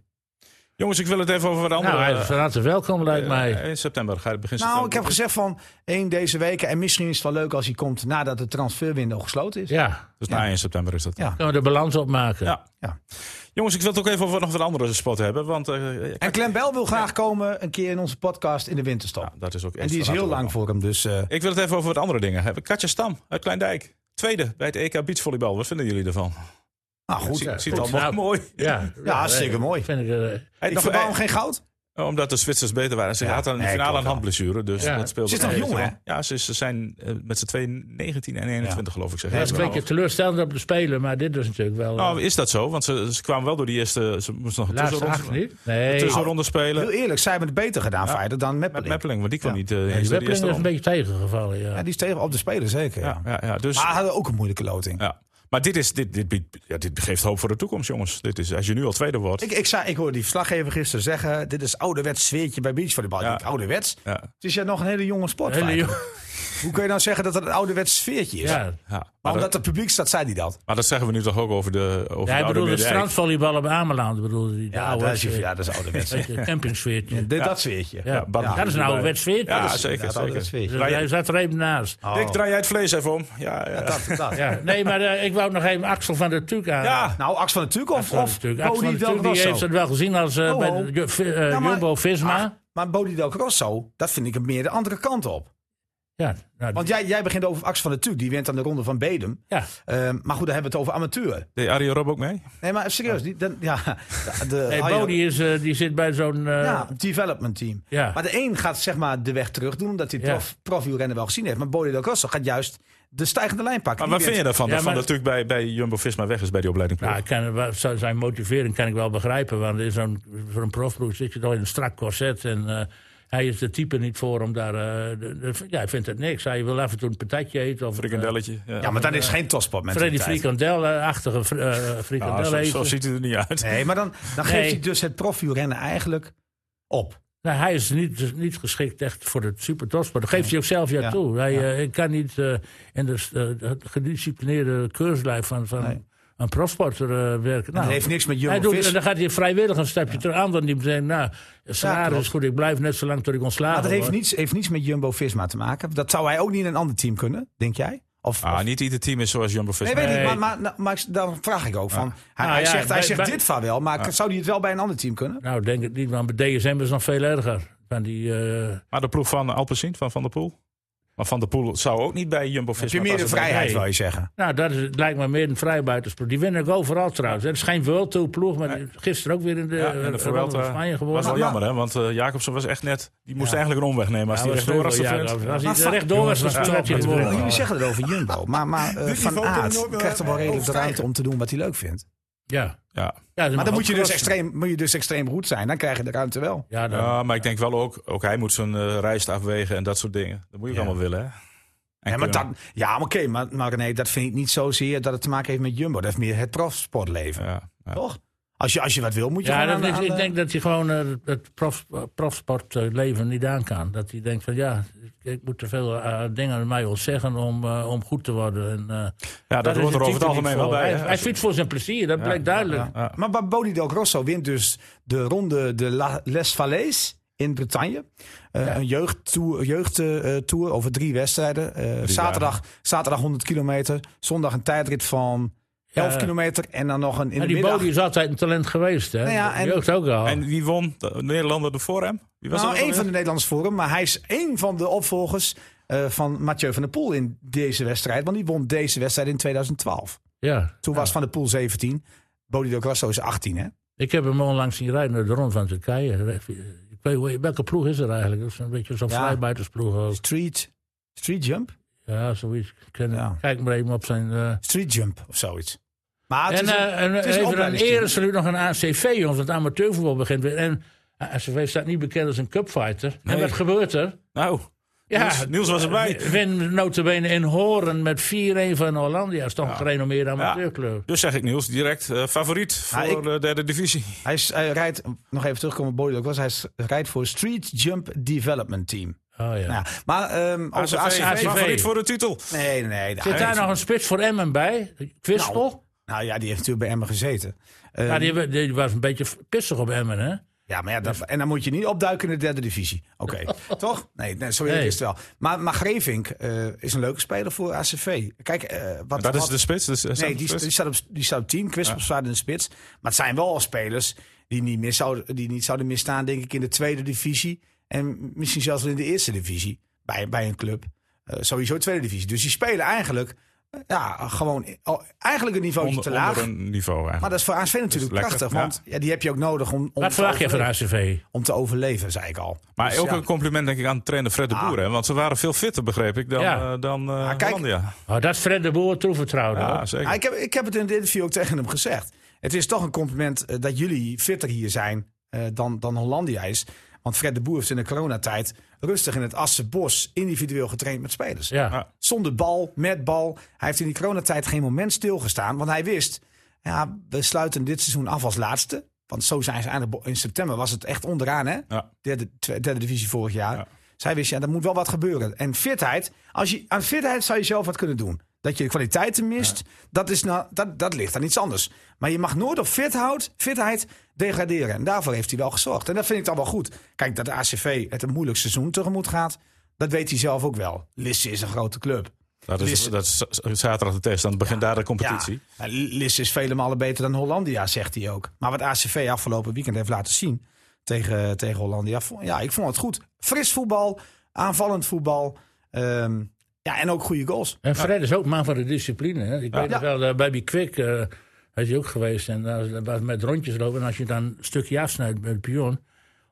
Jongens, ik wil het even over wat andere...
Nou, hij is van harte welkom, lijkt
eh,
mij.
eh, in september, ga je begin
Nou, ik
september.
heb gezegd van één deze weken. En misschien is het wel leuk als hij komt nadat de transferwindow gesloten is.
Ja,
Dus na 1 september is dat.
Ja.
kunnen we de balans opmaken.
Ja.
Ja.
Jongens, ik wil het ook even over nog wat andere spot hebben. Want eh, eh,
En
kijk,
Clem Bel wil graag komen een keer in onze podcast in de winterstop.
nou, dat is ook
en die is
extra
heel
laat
lang
ook
voor hem, dus... eh,
nog. Ik wil het even over wat andere dingen hebben. Katja Stam uit Kleindijk. Tweede bij het EK Beachvolleybal. Wat vinden jullie ervan?
nou goed,
Zie-
ja,
Ziet het
goed.
allemaal
Nou,
mooi.
Ja,
Ja, hartstikke
eh,
mooi.
Vind ik, eh,
Hij
ik
nog-
verbouw hem
hij-
geen goud.
Omdat de Zwitsers beter waren. Ze
Ja.
had aan de
Nee,
finale
klopt
een
wel.
handblessure. Dus
Ja.
dat speelde
Ze is nog
tegen.
jong, hè?
Ja, ze, is- ze zijn eh, met z'n tweeën 19 en 21, geloof ik. Zeg.
het is een
Nou.
beetje teleurstellend op de spelen, maar dit was natuurlijk wel... eh,
Nou, is dat zo? Want ze, ze kwamen wel door die eerste... Ze moesten nog een
laatste
tussenronde,
acht niet. Nee,
tussenronde spelen.
Heel eerlijk, zij hebben het beter gedaan,
Ja.
Feyenoord, dan
Met
Meppeling.
Meppeling, want die kwam
Ja.
niet eh, eens
die
door die
Weppeling
eerste
is een
ronde.
beetje tegengevallen, ja.
Ja, die is tegen op de speler, zeker. Ja.
Ja, ja, ja, dus...
Maar hij had ook een moeilijke loting.
Ja. Maar dit, is, dit, dit, biedt- ja, dit geeft hoop voor de toekomst, jongens. Dit is, als je nu al tweede wordt.
Ik, ik, zei, ik hoorde die verslaggever gisteren zeggen... dit is ouderwets sfeertje bij beachvolleybal.
Ja.
Ik denk, ouderwets?
ja,
Het is ja nog een hele jonge sport.
Hele
Feyenoord.
jong-
Hoe kun je nou zeggen dat het een ouderwets sfeertje is?
ja.
ja. Maar,
Maar
dat,
omdat het publiek staat, zei hij dat.
maar dat zeggen we nu toch ook over de. Over
Ja, hij
de oude
bedoelde
Meerdijk.
strandvolleybal op Ameland, bedoelde hij. De
Ja,
oude,
dat is,
eh,
ja, dat is ouderwets.
[LAUGHS] weet je, campingsfeertje.
Dit- Dat sfeertje.
Ja,
Bad-
dat is een oude wedstrijd.
Ja,
Dus-
zeker.
dat oude
zeker.
wedstrijd.
dus hij zat er even naast.
Oh.
Dick, draai jij het vlees even om. Ja, ja.
Dat, dat.
Ja. Nee, maar eh, ik wou nog even Axel van der Tuuk aan.
Ja,
Nou, Ax van der Tuuk of,
Axel van der
of
Tuuk. Axel van
Bodie
der
Del
Tuuk die heeft
Rosso?
het wel gezien als eh,
Oh,
bij
oh.
de Ju- vi- eh,
Ja, maar-
Jumbo-Visma.
Ach, maar Bodie Del Rosso, dat vind ik hem meer de andere kant op.
ja, nou,
Want jij, jij begint over Ax van der Tuuk, die wint aan de ronde van Bedum.
ja.
Ehm, maar goed, daar hebben we het over amateur.
deed Arjen Rob ook mee?
Nee, maar serieus, die, dan, ja, de, de-
Nee,
Arjen-
Bodie is, eh, die zit bij zo'n... eh,
ja, development team.
Ja.
Maar de een gaat zeg maar de weg terug doen, omdat hij
Ja.
prof, profielrennen wel gezien heeft. Maar Bodie Del Rosso gaat juist de stijgende lijn pakken.
Maar
Die
wat vind je
wint.
daarvan?
Ja,
dat van
maar-
natuurlijk bij, bij Jumbo Visma weg is bij die opleiding.
Nou, ik kan, wel- zo- zijn motivering kan ik wel begrijpen. Want in zo'n, voor een profploeg zit je toch in een strak corset. En eh, hij is de type niet voor om daar... eh, de- de- ja, hij vindt het niks. Hij wil af en toe een patatje eten. Of,
Frikandelletje. Ja,
Ja, maar dan is geen topsport
eh,
met
Freddy Frikandel-achtige fri- eh,
Nou,
frikandel
zo,
eten.
zo ziet het er niet uit.
Nee, maar dan, dan geeft
Nee.
hij dus het profielrennen eigenlijk op.
Nou, hij is niet, niet geschikt echt voor het supertopsport. Dat geeft hij ook zelf ja,
Ja.
toe. Hij eh, kan niet eh, in de s- eh, de gedisciplineerde keurslijf van, van
Nee.
een profsporter eh, werken. Nou,
dat heeft niks met
hij
Jumbo
doet,
Visma.
en dan gaat hij vrijwillig een stapje terug aan. Dan die meteen, nou, salaris
klopt.
is goed, ik blijf net zo lang tot ik ontslagen
Maar dat heeft
word.
niets, heeft niets met Jumbo-Visma te maken. Dat zou hij ook niet in een ander team kunnen, denk jij? Of,
Ah,
of-
niet ieder team is zoals Jumbo Visma.
nee, weet ik
Nee.
niet. Maar, maar, nou, maar ik- dan vraag ik ook van... Hij,
Nou
hij
ja,
zegt, hij
bij-
zegt
bij- Ah.
dit van wel, maar zou hij het wel bij een ander team kunnen?
Nou, ik denk het niet, want bij DSM is het nog veel erger. Van die, eh,
Maar de ploeg van Alpecin, van Van der Poel. Maar Van der Poel zou ook niet bij Jumbo
dus
Visma.
Heb je meer de
passen.
vrijheid,
nee.
wil je zeggen?
nou, dat is, lijkt me meer een vrijbuitersproef. Die winnen ook overal trouwens. Het is geen World Tour ploeg, maar die- gisteren ook weer in de,
Ja,
ja,
en de
Ronde van
Vuelta
Eh, Spanje
was
gewonnen.
wel jammer, hè? Want eh, Jacobsen was echt net... Die moest eigenlijk een omweg nemen als
Ja,
hij
was
rechtdoor was
veel
gevend.
jammer. Als
Maar
hij
van-
rechtdoor was
Jongens,
gevend, had hij
maar-
gewonnen.
Nou, jullie zeggen het over Jumbo, maar, maar eh, Van
niveau kunnen we
Aert
nooit meer
krijgt er wel redelijk de
overstijgen.
ruimte om te doen wat hij leuk vindt.
Ja.
Ja.
Ja,
Maar dan moet je, dus extreem, moet je dus extreem goed zijn, dan krijg je de ruimte wel.
Ja, dan,
ja, maar ik denk wel ook... Ook hij moet zijn eh rijst afwegen en dat soort dingen. Dat moet je ook allemaal willen, hè? En
Ja, maar, dat,
kunnen.
ja, maar oké, maar, maar nee, dat vind ik niet zozeer dat het te maken heeft met Jumbo. Dat heeft meer het profsportleven,
Ja, ja.
toch? Als je, als je wat wil, moet je
ja
gewoon
dat
aan-
is,
aan
ik
de-
denk dat hij gewoon eh, het prof, profsportleven niet aan kan. Dat hij denkt van ja, ik- ik moet te veel eh, dingen aan mij ontzeggen om, eh, om goed te worden. En, eh,
ja dat
daar is
hoort er over
type
het algemeen
niet
wel
voor.
bij.
Hij,
hè?
hij fietst voor zijn plezier, dat blijkt duidelijk. Ja,
Ja. Maar Bodie Del Grosso wint dus de ronde de La- Les Valais in Bretagne. Eh, Een jeugdtour jeugd, eh, eh, tour over drie wedstrijden. Eh, zaterdag, zaterdag 100 kilometer. Zondag een tijdrit van 11
Ja.
kilometer. En dan nog een in de
en die
middag.
Bodie is altijd een talent geweest. Hè?
Nou ja, en-
Die jeugd ook al.
En wie won? De Nederlander ervoor hem? Wie was
nou,
dat ook
één van de
alweer?
Nederlandse Forum. Maar hij is één van de opvolgers eh, van Mathieu van der Poel in deze wedstrijd. Want die won deze wedstrijd in 2012.
ja.
Toen was Van der Poel 17. Bodie Del Grosso is 18, hè?
Ik heb hem onlangs zien rijden naar de Ronde van Turkije. Ik weet, welke ploeg is er eigenlijk? Dat is een beetje zo'n
Ja.
vrijbuitersploeg ook.
Street, street jump?
Ja, zoiets. Ik ken-
Ja.
Kijk maar even op zijn... eh,
Street jump of zoiets. Maar het
En,
is een-
eh, en
het is een
even een
opleidingsteam.
eresaluut nog een ACV, jongens. Het amateurvoetbal begint weer. En eh, ACV staat niet bekend als een cupfighter.
Nee.
En wat gebeurt er?
Nou, Niels- Niels
eh,
was erbij.
w- Win notabene in Horen met 4-1 van Hollandia. is toch een gerenommeerde amateurclub.
dus zeg ik Niels direct eh, favoriet voor
Ja, ik-
de derde divisie.
Hij, is, hij rijdt, nog even terugkomen op Bodie Del Grosso. Hij is- rijdt voor Street Jump Development Team.
Oh, ja.
Nou, ja, maar ehm over
ACV,
ACV.
favoriet voor de titel.
Nee, nee. nee
Zit daar nog een spits voor Emmen bij? Kwispel?
Nou ja, die heeft natuurlijk bij Emmen gezeten. Ehm,
ja, die, die was een beetje pissig op Emmen, hè?
Ja, maar ja,
Dus-
dat- en dan moet je niet opduiken in de derde divisie.
[LAUGHS]
Oké, toch? Nee, nee, zo eerlijk
Nee.
is het wel. Maar, maar Grevink eh, is een leuke speler voor ACV. Kijk, eh, wat,
Dat
wat,
is de spits. Dus, eh,
Nee, die,
spits.
die, staat op, die staat op 10. Quispels staat in de spits. Maar het zijn wel al spelers die niet, meer zouden, die niet zouden misstaan, denk ik, in de tweede divisie. En misschien zelfs wel in de eerste divisie bij, bij een club. Eh, sowieso tweede divisie. Dus die spelen eigenlijk, eh, ja, gewoon, al- eigenlijk een niveau
onder,
te laag.
onder een niveau eigenlijk.
Maar dat is voor ASV natuurlijk
lekker,
prachtig,
ja.
want ja. die heb je ook nodig om, om,
Wat
te
vraag je van
overleven.
ACV?
om te overleven, zei ik al.
Maar
Dus
ook
ja.
een compliment denk ik aan trainer Fred de
Ah.
Boer. Hè? Want ze waren veel fitter, begreep ik, dan,
Ja.
eh, dan eh,
kijk,
Hollandia.
Oh, dat is Fred de Boer toevertrouwde.
Ja,
hoor.
zeker.
Ah, ik, heb, ik heb het in het interview ook tegen hem gezegd. Het is toch een compliment eh, dat jullie fitter hier zijn eh, dan, dan Hollandia is. Want Fred de Boer heeft in de coronatijd rustig in het Asse Bos individueel getraind met spelers.
ja.
Ja.
Zonder bal, met bal. Hij heeft in die coronatijd geen moment stilgestaan. Want hij wist, ja, we sluiten dit seizoen af als laatste. Want zo zijn ze eigenlijk... In september was het echt onderaan, hè?
Ja.
Derde, twe- derde divisie vorig jaar.
Ja.
Zij wist, ja, er moet wel wat gebeuren. En fitheid, als je, aan fitheid zou je zelf wat kunnen doen. Dat je de kwaliteiten mist, dat, is nou, dat, dat ligt aan iets anders. Maar je mag nooit op fit houdt, fitheid degraderen. En daarvoor heeft hij wel gezorgd. En dat vind ik dan wel goed. Kijk, dat de ACV het een moeilijk seizoen tegemoet gaat... dat weet hij zelf ook wel. Lisse is een grote club.
Dat, is,
Lisse-
dat is z- zaterdag de test. Aan het begin daar de competitie.
Ja, Lisse is vele malen beter dan Hollandia, zegt hij ook. Maar wat ACV afgelopen weekend heeft laten zien tegen, tegen Hollandia... vond- ja, ik vond het goed. Fris voetbal, aanvallend voetbal... ehm, ja, en ook goede goals.
En Fred is ook man van de discipline. Hè? Ik weet
Ja.
nog wel, eh, bij die Kwik eh is hij ook geweest. En daar was met rondjes lopen. En als je dan een stukje afsnijdt met de pion...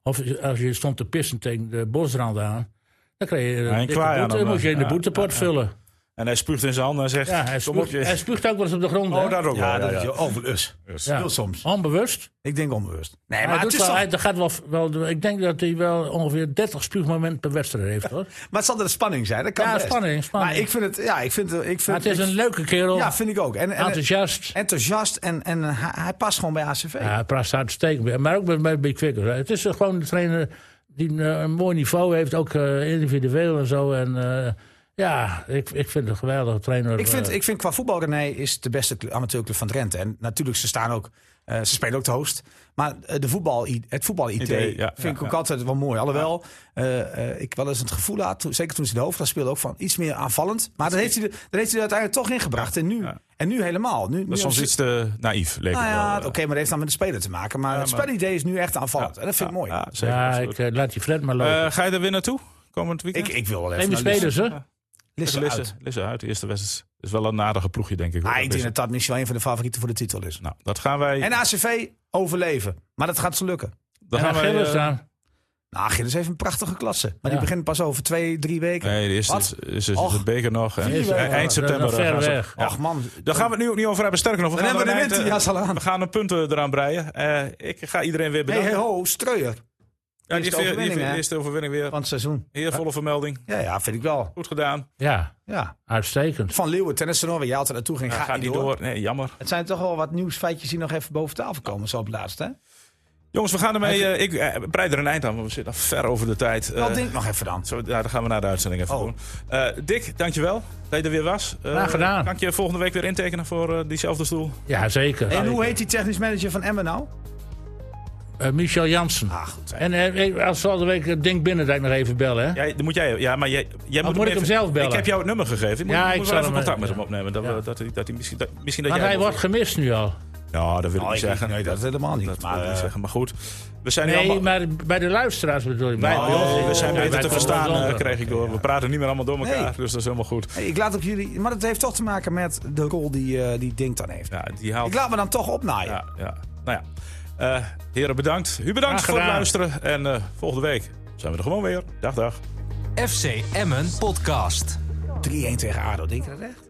of als je stond te pissen tegen de bosrand aan... dan kreeg je een
een
dikke
kwaai aan
boete.
hem,
Dan moest je in de
eh,
ja,
boetepot vullen.
En hij spuugt in zijn handen en zegt...
Ja, hij
"Kom op,
spuugt,
je-"
hij spuugt ook wel eens op de grond.
Oh,
hè?
daar ook
Ja,
wel.
dat
ja,
is
ja.
heel overlust.
Dus-
Ja.
Heel soms.
Onbewust.
Ik denk onbewust. Nee,
Hij
maar, het
doet
is
wel-
toch,
hij- dat gaat wel, wel, ik denk dat hij wel ongeveer 30 spuugmomenten per wedstrijd heeft.
[LAUGHS]
Hoor.
maar het zal er spanning zijn. Dat kan
Ja,
best.
spanning, spanning.
Maar ik vind het... Ja, ik vind, ik vind,
Maar het is een leuke kerel.
Ja, vind ik ook. En, en,
enthousiast.
enthousiast en, en hij, hij past gewoon bij ACV.
Ja, hij praat uitstekend. bij. Maar ook bij, bij, bij Kwikkers, hè. Het is eh, gewoon een trainer die een, eh, een mooi niveau heeft, ook eh, individueel en zo. En eh, ja, ik, ik vind het een geweldige trainer.
Ik vind,
eh,
ik vind qua voetbal René is de beste cl- amateurclub van Drenthe. En natuurlijk, ze, staan ook, eh, ze spelen ook de host. Maar eh, de voetbal, het voetbal-idee
Idee, ja,
vind ik
ja,
ook
ja.
altijd wel mooi. Alhoewel eh, eh, ik wel eens het gevoel had, toen- zeker toen ze in de hoofdklasse speelde, ook van iets meer aanvallend. Maar dat heeft hij, er- dat heeft hij er uiteindelijk toch ingebracht. En nu,
Ja.
en nu helemaal. Nu, nu
Dat is soms
als-
iets te naïef, leek
Nou
het
ja,
wel,
oké, maar dat heeft dan met de speler te maken. Maar het
maar-
spelidee is nu echt aanvallend.
Ja,
En dat vind ik
ja,
mooi.
ja, zeker,
ja,
absoluut.
ik, eh, laat die Fred maar lopen.
Eh, ga je er weer naartoe? Komend weekend?
Ik, ik wil wel even
Neem de
naar Lisse.
spelers, hè?
Lisse
Tegen Lisse
uit.
Lisse uit. de eerste wedstrijd. is wel een aardige ploegje, denk ik. hoor,
Maar Ah, ik
dat
denk
Lisse.
dat dat misschien wel een van de favorieten voor de titel is.
Nou, dat gaan wij...
En ACV overleven. Maar dat gaat ze lukken.
dan
en
gaan
dan
wij,
Gillis
eh,
dan.
Nou, Gilles heeft een prachtige klasse. Maar die
Ja.
begint pas over twee, drie weken.
Nee, de eerste
Wat?
is, is, is
Och,
de beker nog. En,
vier
eind
weken.
eind
Dat is nog
september. eh,
ver
gaan ze-
weg.
Ja.
Ach man,
Daar gaan we het nu ook niet over hebben. Sterker nog, we
Dan
gaan,
hebben we
er
de
een eind,
winterjas
eh,
al aan.
we gaan een punten eraan breien. Eh, ik ga iedereen weer
Hey,
bedanken.
hey, ho, Streuer
ja, die
eerste
heeft weer- die
overwinning,
heeft- die eerste
hè?
overwinning weer.
van het seizoen.
Heervolle vermelding.
Ja, ja, vind ik wel.
Goed gedaan.
Ja,
Ja.
uitstekend.
Van Leeuwen, tennissen, waar jij altijd naartoe ging,
Ja,
gaat
gaat
niet
niet
door.
door. Nee, jammer.
Het zijn toch wel wat nieuwsfeitjes die nog even boven tafel komen, zo op het laatst,
Eh,
hè?
Jongens, we gaan ermee. eh, ik eh, breid er een eind aan, want we zitten al ver over de tijd. Eh,
Nou, denk nog even dan.
zo, ja, dan gaan we naar de uitzending even
Oh.
doen. Eh, Dick, dankjewel dat je er weer was. Eh,
Graag gedaan.
Kan ik je volgende week weer intekenen voor eh, diezelfde stoel?
Ja, zeker.
En hoe heet die technisch manager van Emmen nou?
Eh, Michel Jansen.
Ah, goed.
En eh, eh, als volgende week eh, Dink Binnendijk nog even bellen, hè?
Jij, dan moet jij, ja, maar jij, jij
Oh, moet ik hem
even-
zelf bellen?
Ik heb jou het nummer gegeven. Ik moet,
Ja,
moet
ik
wel
zal
even
hem-
contact met
ja.
hem opnemen. Dat,
Ja.
we, dat, hij- dat hij misschien, dat, misschien dat
Want
jij...
hij wordt gemist nu al.
Ja, dat wil ik
Oh,
niet zeggen.
Nee, dat helemaal niet.
dat
maar,
wil ik niet
eh,
zeggen. Maar goed, we zijn nu
Nee,
allemaal...
maar bij de luisteraars bedoel ik. Bij-
Oh,
bij ons-
we zijn
Ja,
beter
bij
te
Tom
verstaan, eh,
Zonder.
kreeg ik door. We praten niet meer allemaal door elkaar,
Nee.
dus dat is helemaal goed.
hey, ik laat op jullie... Maar dat heeft toch te maken met de rol die, eh, die Dink dan heeft.
Ja, die haalt...
Ik laat me dan toch opnaaien.
Ja, ja. Nou ja. Eh, heren, bedankt. U bedankt
Graag
voor het
gedaan.
luisteren. En eh, volgende week zijn we er gewoon weer. Dag, dag.
FC Emmen Podcast.
3-1 tegen ADO, denk je dat echt?